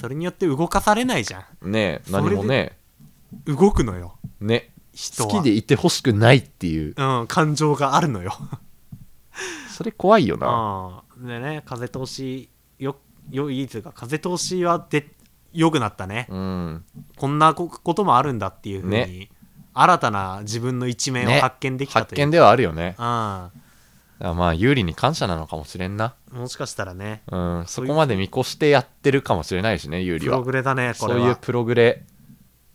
Speaker 2: それによって動かされないじゃ
Speaker 1: えねえ
Speaker 2: それ
Speaker 1: 何
Speaker 2: で
Speaker 1: もね
Speaker 2: ん動くのよ
Speaker 1: ね
Speaker 2: 人
Speaker 1: 好
Speaker 2: は
Speaker 1: きでいてほしくないっていう
Speaker 2: うん、感情があるのよ
Speaker 1: それ怖いよな
Speaker 2: ああでね風通しよよいいというか風通しはで良くなったね、
Speaker 1: うん
Speaker 2: こんなここともあるんだっていうふうに、
Speaker 1: ね
Speaker 2: 新たな自分の一面を
Speaker 1: ね
Speaker 2: 発見できた
Speaker 1: 発
Speaker 2: という、
Speaker 1: 見ではあるよね
Speaker 2: あ
Speaker 1: だからまあ有利に感謝なのかもしれんな
Speaker 2: あもしかしたらね
Speaker 1: うんそこまで見越してやってるかもしれないしね有利
Speaker 2: プ
Speaker 1: は
Speaker 2: ログレだねこ
Speaker 1: そ
Speaker 2: れは
Speaker 1: ういうプログレ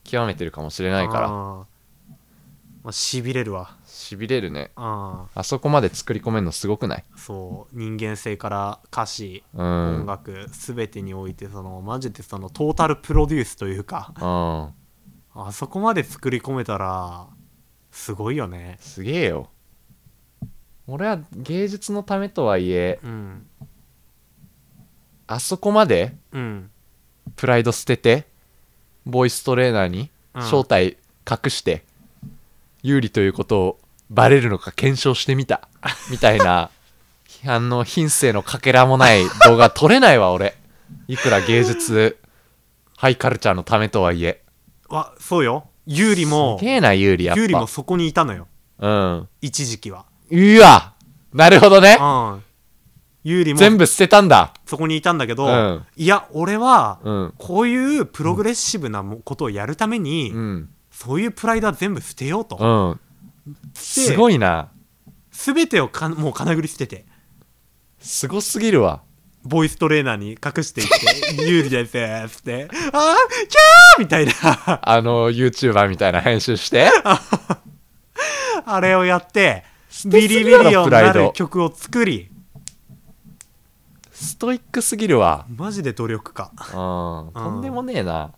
Speaker 1: 極めてるかもしれないから
Speaker 2: らしびれるわ
Speaker 1: しびれるね
Speaker 2: あ
Speaker 1: あそこまで作り込めるのすごくない
Speaker 2: あそう人間性から歌詞、
Speaker 1: うん
Speaker 2: 音楽全てにおいてそのマジでそのトータルプロデュースというか
Speaker 1: うん
Speaker 2: あそこまで作り込めたらすごいよね
Speaker 1: すげえよ俺は芸術のためとはいえ
Speaker 2: うん
Speaker 1: あそこまで
Speaker 2: うん
Speaker 1: プライド捨ててボイストレーナーに
Speaker 2: うん
Speaker 1: 正体隠して、有利ということをバレるのか検証してみたみたいな批判の品性のかけらも ない動画撮れないわ俺いくら芸術ハイカルチャーのためとはいえ
Speaker 2: わそうよユーリも
Speaker 1: すげえな有利やっぱ
Speaker 2: ユーリもそこにいたのよ
Speaker 1: うん
Speaker 2: 一時期は
Speaker 1: うわなるほどね
Speaker 2: うんユーリも
Speaker 1: 全部捨てたんだ
Speaker 2: そこにいたんだけど、
Speaker 1: うん
Speaker 2: いや俺は
Speaker 1: うん
Speaker 2: こういうプログレッシブなもことをやるために、
Speaker 1: うん
Speaker 2: そういうプライドは全部捨てようと、
Speaker 1: うんすごいな
Speaker 2: 全てをかもう金繰り捨てて
Speaker 1: すごすぎるわ
Speaker 2: ボイストレーナーに隠していっ て「ユーリです」っつって「あーキャー!」みたいな
Speaker 1: あの YouTuber みたいな編集して
Speaker 2: あれをやって
Speaker 1: て
Speaker 2: ビ
Speaker 1: すぎ
Speaker 2: リビ
Speaker 1: だろ
Speaker 2: リを
Speaker 1: プラ
Speaker 2: な
Speaker 1: イド
Speaker 2: る曲を作り
Speaker 1: ストイックすぎるわ
Speaker 2: マジで努力家
Speaker 1: うんとんでもねえな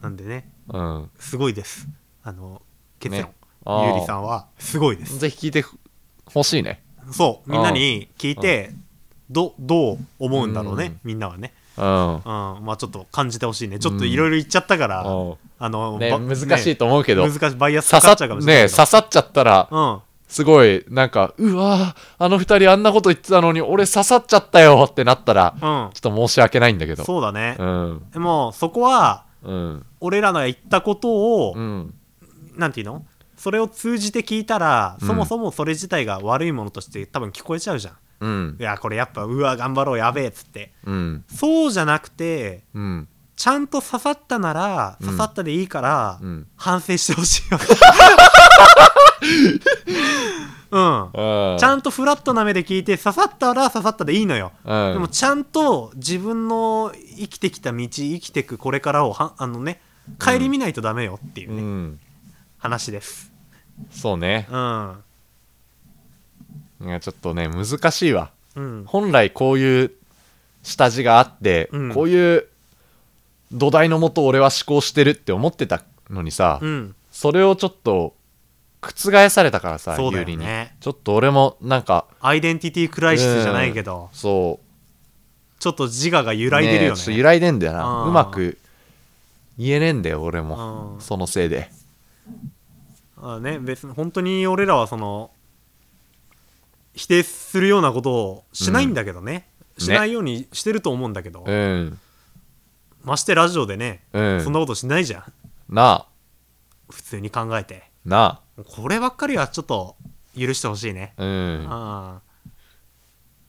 Speaker 2: なんでね
Speaker 1: うん
Speaker 2: すごいですあの結論、
Speaker 1: ねあー
Speaker 2: ゆうりさんはすごいです
Speaker 1: ぜひ聞いてほしいね
Speaker 2: そうみんなに聞いてどどう思うんだろうね、
Speaker 1: うん
Speaker 2: みんなはね、
Speaker 1: うん
Speaker 2: うん、まあちょっと感じてほしいねちょっといろいろ言っちゃったから、
Speaker 1: うん
Speaker 2: あの、
Speaker 1: ね
Speaker 2: ば
Speaker 1: 難しいと思うけど
Speaker 2: ね難しいバイアスか
Speaker 1: 刺
Speaker 2: か
Speaker 1: さ
Speaker 2: っ
Speaker 1: っ
Speaker 2: ちゃうかもしれな
Speaker 1: ね
Speaker 2: い
Speaker 1: え
Speaker 2: けど、
Speaker 1: 刺さっちゃったら
Speaker 2: うん
Speaker 1: すごいなんかうわーあの二人あんなこと言ってたのに俺刺さっちゃったよってなったらちょ
Speaker 2: うん
Speaker 1: っと申し訳ないんだけど
Speaker 2: そうだね
Speaker 1: う、ん
Speaker 2: でもそこは
Speaker 1: うん
Speaker 2: 俺らの言ったことを、
Speaker 1: うん
Speaker 2: なんていうのそれを通じて聞いたら、
Speaker 1: うん
Speaker 2: そもそもそれ自体が悪いものとして多分聞こえちゃうじゃん
Speaker 1: うん
Speaker 2: いやこれやっぱうわ頑張ろうやべえっつって
Speaker 1: うん
Speaker 2: そうじゃなくて
Speaker 1: うん
Speaker 2: ちゃんと刺さったなら
Speaker 1: うん
Speaker 2: 刺さったでいいから、
Speaker 1: うん
Speaker 2: 反省して ほしいようんちゃんとフラットな目で聞いて刺さったら刺さったでいいのよ、
Speaker 1: うん
Speaker 2: でもちゃんと自分の生きてきた道生きてくこれからをはあのね顧みないとダメよっていう
Speaker 1: う
Speaker 2: ね、
Speaker 1: ん
Speaker 2: 話です
Speaker 1: そうね
Speaker 2: うん
Speaker 1: いやちょっとね難しいわ
Speaker 2: うん
Speaker 1: 本来こういう下地があって、
Speaker 2: うん
Speaker 1: こういう土台のもと俺は思考してるって思ってたのにさ、
Speaker 2: うん
Speaker 1: それをちょっと覆されたからさ、
Speaker 2: そうだ
Speaker 1: 有
Speaker 2: よね
Speaker 1: 利にちょっと俺もなんか
Speaker 2: アイデンティティクライシスじゃないけど、
Speaker 1: そう
Speaker 2: ちょっと自我が揺らいでるよ
Speaker 1: えちょっと
Speaker 2: ね
Speaker 1: 揺らいでんだよな
Speaker 2: うん
Speaker 1: うまく言えねえんだよ俺も
Speaker 2: うん
Speaker 1: そのせいで
Speaker 2: あね別に本当に俺らはその否定するようなことをしないんだけどね、
Speaker 1: うん
Speaker 2: しないようにしてると思うんだけど、
Speaker 1: うん
Speaker 2: ましてラジオでね、
Speaker 1: うん
Speaker 2: そんなことしないじゃん
Speaker 1: なあ
Speaker 2: 普通に考えて
Speaker 1: な
Speaker 2: こればっかりはちょっと許してほしいね
Speaker 1: あうんあ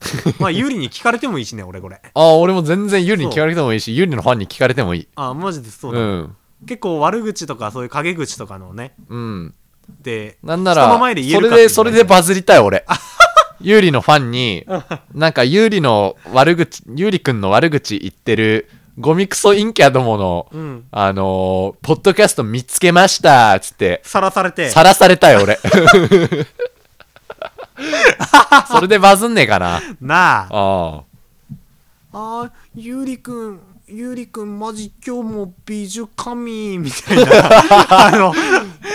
Speaker 2: あーまあ有利に聞かれてもい いしね俺これ
Speaker 1: 俺も全然ユリに聞かれてもいいしユリのファンに聞かれてもいい
Speaker 2: あーマジでそう
Speaker 1: う
Speaker 2: だ、
Speaker 1: ん
Speaker 2: 結構悪口とかそういう陰口とかのね
Speaker 1: うん
Speaker 2: で
Speaker 1: なんな
Speaker 2: 人
Speaker 1: ら、
Speaker 2: の前で言え
Speaker 1: そ
Speaker 2: る
Speaker 1: れ
Speaker 2: かっていう
Speaker 1: で、それでバズりたい、 俺。ユーリのファンに、なんかユーリの悪口、ユーリくんの悪口言ってる、ゴミクソインキャどもの、
Speaker 2: うん
Speaker 1: あのーポッドキャスト見つけました、つって、
Speaker 2: さらされて
Speaker 1: さらされたい、 俺。それでバズんねえかな。
Speaker 2: なあ
Speaker 1: あ
Speaker 2: あーゆうりくんゆうりくんマジ今日も美女神みた いなあの
Speaker 1: あ。あ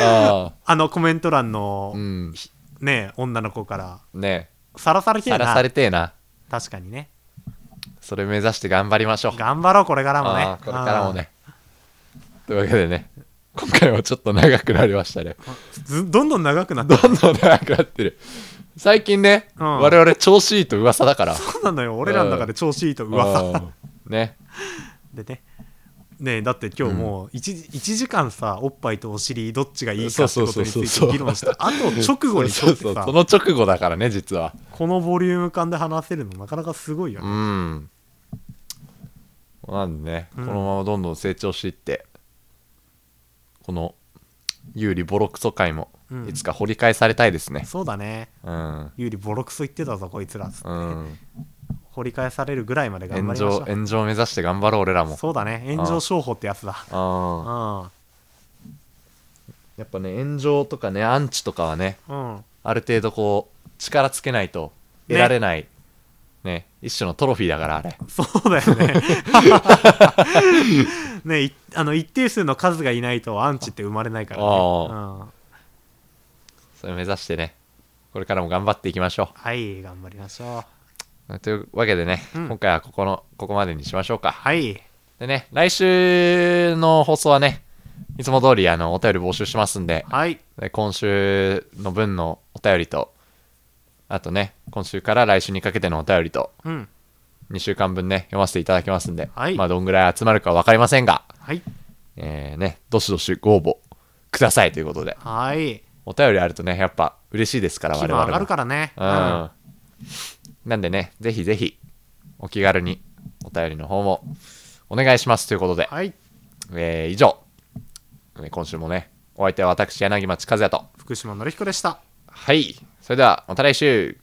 Speaker 1: あ。
Speaker 2: あのコメント欄の、
Speaker 1: うん。
Speaker 2: ね女の子から
Speaker 1: ね
Speaker 2: さらされ
Speaker 1: え
Speaker 2: て
Speaker 1: さ
Speaker 2: る
Speaker 1: らさ
Speaker 2: な
Speaker 1: れてえな。
Speaker 2: 確かにね
Speaker 1: それ目指して頑張りましょう。
Speaker 2: 頑張ろうこれからもね
Speaker 1: ああこれからもね。というわけでね、今回はちょっと長くなりま したね。
Speaker 2: うんずどんどん長くなって
Speaker 1: どんどん長くなってる最近ね、
Speaker 2: うん
Speaker 1: 我々調子いいと噂だから
Speaker 2: そうなのよ俺らの中で調子いいと噂
Speaker 1: うんね
Speaker 2: でねねえだって今日もう 1,、一時間さおっぱいとお尻どっちがいいかって
Speaker 1: そう
Speaker 2: こ
Speaker 1: そ
Speaker 2: と
Speaker 1: う
Speaker 2: につ
Speaker 1: そうそう
Speaker 2: いて議論したあと直後に
Speaker 1: そ
Speaker 2: 撮
Speaker 1: う
Speaker 2: って
Speaker 1: そう
Speaker 2: さ
Speaker 1: その直後だからね実は
Speaker 2: このボリューム感で話せるのなかなかすごいよ
Speaker 1: う
Speaker 2: ね、
Speaker 1: んなんでね、
Speaker 2: うん
Speaker 1: このままどんどん成長していってこの有利ボロクソ会も
Speaker 2: うん
Speaker 1: いつか掘り返されたいですね
Speaker 2: そうだね
Speaker 1: うん、
Speaker 2: 有利ボロクソ言ってたぞこいつら
Speaker 1: うん、
Speaker 2: 掘り返されるぐらいまで頑
Speaker 1: 炎
Speaker 2: 張りまし
Speaker 1: 上
Speaker 2: ょ
Speaker 1: 炎上目指して頑張ろう俺ら
Speaker 2: う
Speaker 1: も
Speaker 2: そうだね炎上商法ってやつだう
Speaker 1: あ
Speaker 2: ん
Speaker 1: やっぱね炎上とかねアンチとかはね
Speaker 2: うん
Speaker 1: ある程度こう力つけないと得られないね一種のトロフィーだからあれ
Speaker 2: そうだ よねねいあの一定数の数がいないとアンチって生まれないからね、
Speaker 1: あ
Speaker 2: うん、
Speaker 1: それ目指してねこれからも頑張っていきましょ
Speaker 2: はい頑張りましょう
Speaker 1: うというわけでね、
Speaker 2: うん
Speaker 1: 今回はここのここまでにしましょうか
Speaker 2: はい
Speaker 1: でね来週の放送はねいつも通りあのお便り募集しますんで
Speaker 2: はい
Speaker 1: で今週の分のお便りとあとね今週から来週にかけてのお便りと
Speaker 2: うん
Speaker 1: 2週間分ね読ませていただきますんで、
Speaker 2: はい
Speaker 1: まあどんぐらい集まるか分かりませんが
Speaker 2: はい
Speaker 1: えー、ねどしどしご応募くださいということで
Speaker 2: はい
Speaker 1: お便りあるとねやっぱ嬉しいですから
Speaker 2: 気
Speaker 1: 我
Speaker 2: 分
Speaker 1: 々
Speaker 2: 上
Speaker 1: も
Speaker 2: がるからね
Speaker 1: うん、なんでねぜひぜひお気軽にお便りの方もお願いしますということで、
Speaker 2: はい
Speaker 1: えー以上えー今週もねお相手は私柳町和也と
Speaker 2: 福島のりひこでした
Speaker 1: はいそれではまた来週